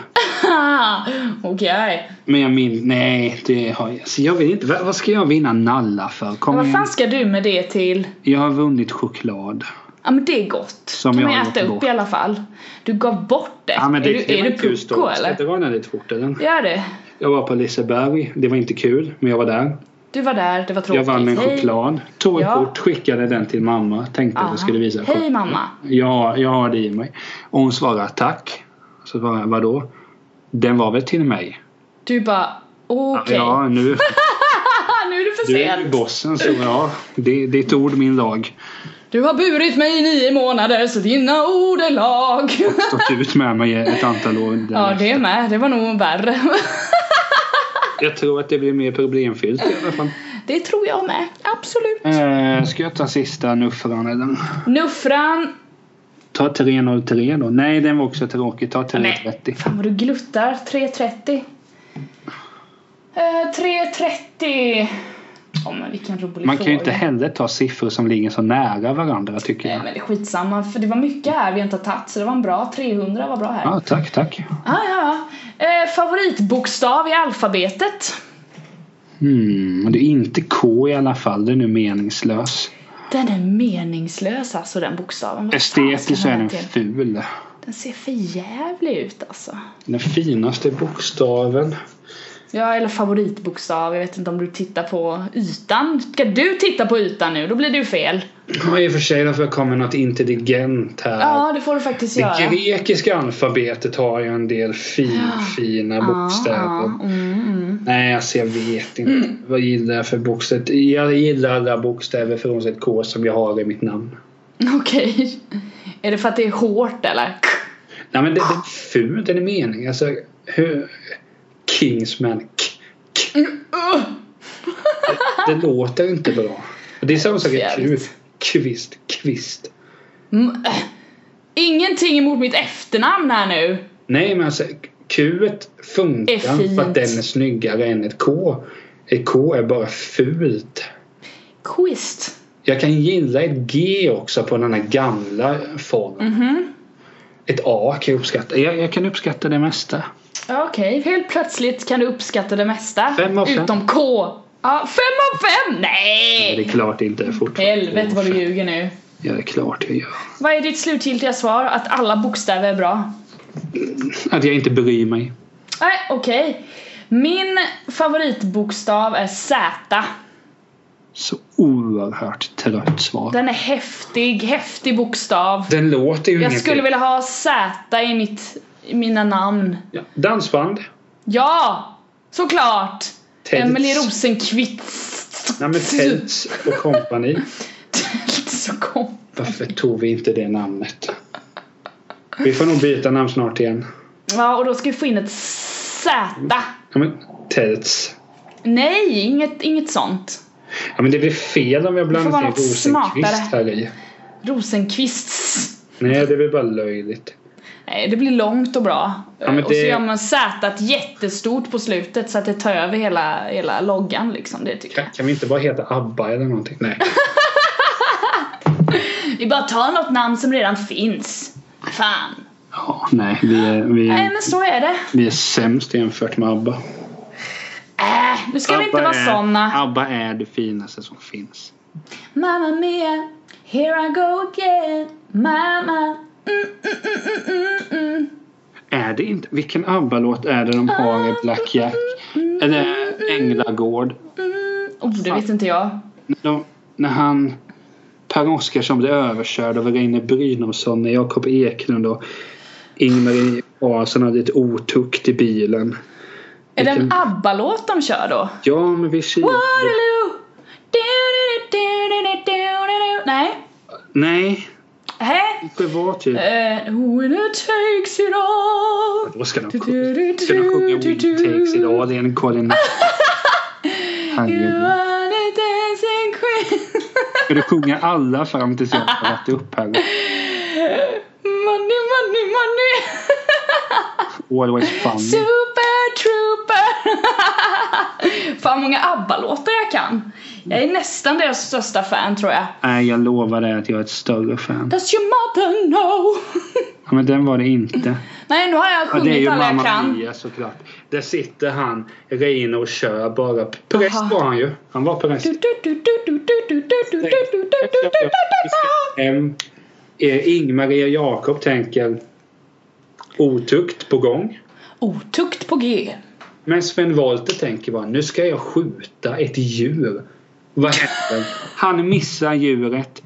Speaker 2: Ah, Okej.
Speaker 1: Men jag minns, nej det har jag. Så jag vet inte, vad, vad ska jag vinna nalla för? Kom
Speaker 2: Vad
Speaker 1: igen.
Speaker 2: fan ska du med det till?
Speaker 1: Jag har vunnit choklad.
Speaker 2: Ja men det är gott.
Speaker 1: Som
Speaker 2: kan
Speaker 1: jag
Speaker 2: man
Speaker 1: har
Speaker 2: äta
Speaker 1: gjort
Speaker 2: upp
Speaker 1: bort.
Speaker 2: i alla fall. Du gav bort det.
Speaker 1: Ja, men det,
Speaker 2: är du,
Speaker 1: det
Speaker 2: är
Speaker 1: var
Speaker 2: du
Speaker 1: inte kul
Speaker 2: pucko
Speaker 1: stolt. Ska
Speaker 2: eller?
Speaker 1: inte vara den lite fortare än.
Speaker 2: Gör det.
Speaker 1: Jag var på Liseberg, det var inte kul men jag var där.
Speaker 2: Du var där, det var tråkigt.
Speaker 1: Jag vann en
Speaker 2: Hej.
Speaker 1: choklad, tog ett
Speaker 2: Ja.
Speaker 1: kort, skickade den till mamma. Tänkte att
Speaker 2: Aha.
Speaker 1: jag skulle visa
Speaker 2: Hej mamma.
Speaker 1: Ja, jag har det i mig. Och hon svarar tack. Så svarar jag vadå? Den var väl till mig?
Speaker 2: Du bara okej.
Speaker 1: Ja,
Speaker 2: [laughs]
Speaker 1: nu,
Speaker 2: Ah, nu är du för
Speaker 1: du är ju
Speaker 2: sen.
Speaker 1: bossen så ja, det, det är ett ord min lag.
Speaker 2: Du har burit mig i nio månader så dina ord är lag.
Speaker 1: Stått ut med mig ett antal år.
Speaker 2: ja
Speaker 1: därefter.
Speaker 2: det med, det var nog värre. [laughs]
Speaker 1: Jag tror att det blir mer problemfyllt i alla fall.
Speaker 2: det tror jag med, absolut.
Speaker 1: Eh, ska jag ta sista nuffran eller?
Speaker 2: Nuffran.
Speaker 1: Ta 303 då. Nej, den var också tråkig. Ta 330.
Speaker 2: Fan vad du gluttar. 3.30. Eh, 3.30. Åh men vilken rolig
Speaker 1: Man
Speaker 2: fråga.
Speaker 1: kan ju inte heller ta siffror som ligger så nära varandra tycker
Speaker 2: Nej
Speaker 1: jag.
Speaker 2: men det är skitsamma för det var mycket här vi inte har tagit så det var en bra 300 var bra här.
Speaker 1: Ja, tack, tack.
Speaker 2: Ah, ja, ja. Eh, favoritbokstav i alfabetet?
Speaker 1: Hmm, men det är inte K i alla fall. Den är meningslös.
Speaker 2: Den är meningslös alltså den bokstaven. Vad fan ska
Speaker 1: Estetiskt så
Speaker 2: man
Speaker 1: är
Speaker 2: ha
Speaker 1: den
Speaker 2: till?
Speaker 1: ful.
Speaker 2: Den ser för jävlig ut alltså.
Speaker 1: Den finaste bokstaven.
Speaker 2: Ja eller favoritbokstav, jag vet inte om du tittar på ytan. Ska du titta på ytan nu? Då blir du fel.
Speaker 1: Ja, i och för sig, då får jag komma med något intelligent här.
Speaker 2: Ja det får du faktiskt göra.
Speaker 1: Det grekiska alfabetet har ju en del fin, fina bokstäver.
Speaker 2: Ja, ja. Mm, mm.
Speaker 1: Nej, alltså jag vet inte. Vad gillar jag för bokstäver? Jag gillar alla bokstäver frånsett K som jag har i mitt namn.
Speaker 2: mm. Okej. Är det för att det är hårt eller?
Speaker 1: Nej men det, det är ful, den är mening. Alltså, hur... Kingsman. K, k.
Speaker 2: Mm, uh.
Speaker 1: Det, det låter inte bra. Det är samma sak i kv,
Speaker 2: Jävligt.
Speaker 1: kvist, kvist.
Speaker 2: Mm, äh. Ingenting emot mitt efternamn här nu.
Speaker 1: Nej men alltså Q funkar
Speaker 2: Är fint.
Speaker 1: för att den är snyggare än ett K.
Speaker 4: K är bara fult.
Speaker 2: Quist.
Speaker 4: Jag kan gilla ett G också på den här gamla formen.
Speaker 2: Mhm.
Speaker 4: Ett A kan jag uppskatta. Jag, jag kan uppskatta det mesta.
Speaker 2: Ja, Okej, helt plötsligt kan du uppskatta det mesta.
Speaker 4: Fem av fem.
Speaker 2: Utom K. Ja, fem av fem!
Speaker 4: Men det är
Speaker 2: Nej!
Speaker 4: klart inte är fortfarande.
Speaker 2: Helvete vad du ljuger nu.
Speaker 4: Ja, det är klart jag gör.
Speaker 2: Vad är ditt slutgiltiga svar? Att alla bokstäver är bra?
Speaker 4: Att jag inte bryr mig.
Speaker 2: Nej, okej. Min favoritbokstav är Z.
Speaker 4: Så oerhört trött svar.
Speaker 2: Den är häftig, häftig bokstav.
Speaker 4: Den låter ju
Speaker 2: Jag
Speaker 4: ingenting.
Speaker 2: skulle vilja ha Z i mitt, i mina namn.
Speaker 4: Ja, Dansband.
Speaker 2: Ja! Såklart!
Speaker 4: Tälts.
Speaker 2: Emelie Rosenqvist.
Speaker 4: Nej men
Speaker 2: [laughs]
Speaker 4: Tälts och kompani.
Speaker 2: Tälts och kom.
Speaker 4: Varför tog vi inte det namnet? Vi får nog byta namn snart igen.
Speaker 2: Ja, och då ska vi få in ett Z.
Speaker 4: Ja, men Tälts.
Speaker 2: Nej, inget, inget sånt.
Speaker 4: Ja, men det blir fel om vi har
Speaker 2: får
Speaker 4: blandat
Speaker 2: vara
Speaker 4: in
Speaker 2: något smartare.
Speaker 4: Rosenqvist här i.
Speaker 2: Rosenqvists.
Speaker 4: Nej, det blir bara löjligt.
Speaker 2: Nej, det blir långt och bra.
Speaker 4: Ja, men
Speaker 2: Och så
Speaker 4: det-
Speaker 2: gör man Z jättestort på slutet så att det tar över hela, hela loggan liksom. Det tycker
Speaker 4: Kan, kan vi inte bara heta ABBA eller någonting? Nej.
Speaker 2: jag. Vi bara tar något namn som redan finns. Fan.
Speaker 1: Ja, nej, vi är, vi,
Speaker 2: Nej
Speaker 1: är,
Speaker 2: men så är det.
Speaker 1: vi är sämst jämfört med ABBA.
Speaker 2: Äh, nu ska vi inte vara
Speaker 1: är,
Speaker 2: såna.
Speaker 1: ABBA är det finaste som finns.
Speaker 2: Mamma mia, here I go again. Mamma. Mm, mm, mm, mm, mm, mm.
Speaker 1: Är det inte? Vilken ABBA-låt är det de har i Black Jack? Eller Änglagård?
Speaker 2: Oh, det vet inte jag.
Speaker 1: När De, när han... Per Oscarsson blev överkörd av Reine Brynolfsson när Jakob Eklund och Ingmarie Karlsson hade ett otukt i bilen.
Speaker 2: Är det en
Speaker 1: Vilken-
Speaker 2: ABBA-låt de kör då?
Speaker 1: Ja, men vi kikade.
Speaker 2: Waterloo! Du-du-du-du-du-du-du-du-du. Nej.
Speaker 1: Nej,
Speaker 2: Hä?
Speaker 1: det var typ...
Speaker 2: Uh, winner takes it all.
Speaker 1: Då ska de,
Speaker 2: Du, du, du,
Speaker 1: ska de sjunga
Speaker 2: du,
Speaker 1: Wind
Speaker 2: du,
Speaker 1: Takes It All. Det är en
Speaker 2: [laughs]
Speaker 1: Colin...
Speaker 2: You
Speaker 1: Herregud.
Speaker 2: are the dancing queen.
Speaker 1: Ska du sjunga alla fram tills jag har varit upp här?
Speaker 2: [laughs] money, money, money.
Speaker 1: Always funny.
Speaker 2: Super trooper. [laughs] Fan många ABBA-låtar jag kan. Jag är nästan deras största fan tror jag.
Speaker 1: Nej, jag lovar dig att jag är ett större fan.
Speaker 2: Does your mother know? [laughs]
Speaker 1: Ja, men den var det inte.
Speaker 2: Nej, nu har jag
Speaker 1: Ja, det är
Speaker 2: sjungit
Speaker 1: ju
Speaker 2: alla jag
Speaker 1: Mamma
Speaker 2: kan.
Speaker 1: Mia såklart. Där sitter han, Reino och kör bara. Präst
Speaker 2: Aha.
Speaker 1: var han ju. Han var präst.
Speaker 2: Du, du, du, du, du, du, du, du, du, du, du, du, du, du, du, du.
Speaker 1: Em, eh, Ingmarie Jakob tänker otukt på gång.
Speaker 2: Otukt på G.
Speaker 4: Men Sven Wollter tänker bara nu ska jag skjuta ett djur.
Speaker 1: Vad händer? Han missar djuret.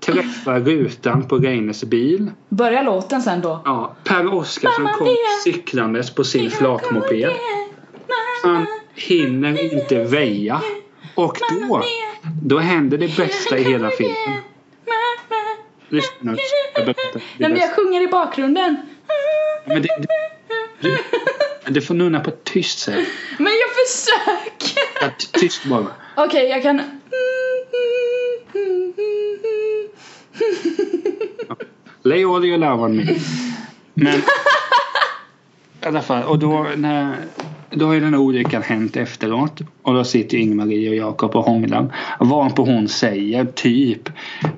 Speaker 1: Träffar rutan på Reines bil.
Speaker 2: Börja låten sen då.
Speaker 1: Ja, per Oscarsson
Speaker 2: Mamma
Speaker 1: kom
Speaker 2: Mia.
Speaker 1: cyklandes på sin flakmoped. Han hinner inte väja. Och då, då händer det bästa i hela filmen. Lyssna nu. Jag berättar. Det,
Speaker 2: Nej men
Speaker 1: bästa.
Speaker 2: jag sjunger i bakgrunden.
Speaker 1: Men det, det, det får nunna på ett tyst sätt.
Speaker 2: Men jag försöker.
Speaker 1: Ja, ty- Tyst bara.
Speaker 2: Okej, jag kan...
Speaker 1: Lay all your love on me.
Speaker 2: [laughs]
Speaker 1: Men i alla fall, och då när då har ju den här olyckan hänt efteråt och då sitter ju Ingmarie och Jakob och hånglar. Varpå hon säger typ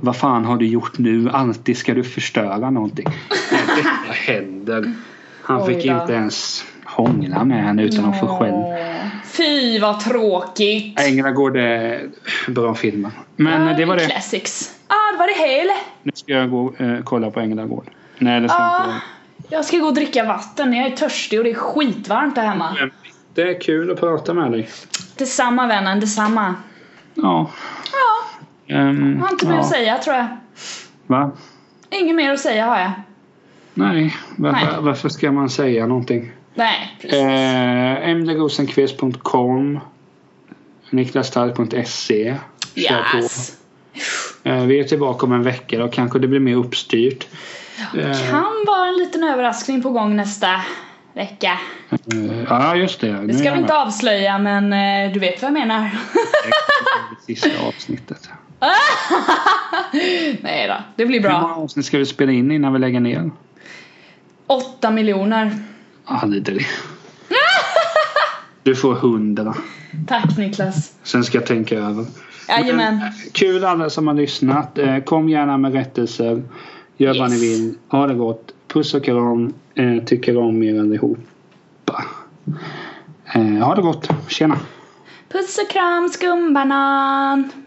Speaker 1: Vad fan har du gjort nu? Alltid ska du förstöra
Speaker 2: [laughs]
Speaker 1: någonting. Men Detta händer. Han
Speaker 2: Oj
Speaker 1: fick
Speaker 2: då.
Speaker 1: inte ens hångla med henne utan hon får själv.
Speaker 2: Fy vad tråkigt.
Speaker 1: Änglagård är bra filmen. Men eh, det var det.
Speaker 2: Classics. ah, det var det hela.
Speaker 1: Nu ska jag gå eh, kolla på Änglagård. Nej, det ska jag inte
Speaker 2: Ah,
Speaker 1: göra.
Speaker 2: jag ska gå och dricka vatten. Jag är törstig och det är skitvarmt där hemma.
Speaker 1: Men Det är kul att prata med dig.
Speaker 2: Detsamma vännen, detsamma.
Speaker 1: Ja.
Speaker 2: Ja,
Speaker 1: ehm,
Speaker 2: jag har inte mer
Speaker 1: ja.
Speaker 2: att säga tror jag.
Speaker 1: Va?
Speaker 2: Inget mer att säga har jag.
Speaker 1: Nej. Varför,
Speaker 2: Nej.
Speaker 1: varför ska man säga någonting?
Speaker 2: Nej, precis.
Speaker 1: Eh, mdrosenqvist.com Niklasstark.se Kör på.
Speaker 2: Yes.
Speaker 1: Eh, vi är tillbaka om en vecka då. Kanske det blir mer uppstyrt. Eh,
Speaker 2: Kan vara en liten överraskning på gång nästa vecka.
Speaker 1: eh, ja, just det.
Speaker 2: Det ska vi inte avslöja men eh, du vet vad jag menar. [laughs]
Speaker 1: Det sista avsnittet.
Speaker 2: Nej då, det blir
Speaker 1: Hur
Speaker 2: bra.
Speaker 1: många avsnitt ska vi spela in innan vi lägger ner?
Speaker 2: Åtta miljoner.
Speaker 1: Aldrig. Du får hundra.
Speaker 2: Tack Niklas.
Speaker 1: Sen ska jag tänka över.
Speaker 2: Jajamän.
Speaker 1: Men, eh, Kul alla som har lyssnat. Eh, Kom gärna med rättelser. Gör vad ni
Speaker 2: Yes.
Speaker 1: vill. Ha det gott. Puss och kram. Eh, Tycker om er allihopa. Eh, Ha det gott. Tjena.
Speaker 2: Puss och kram skumbanan.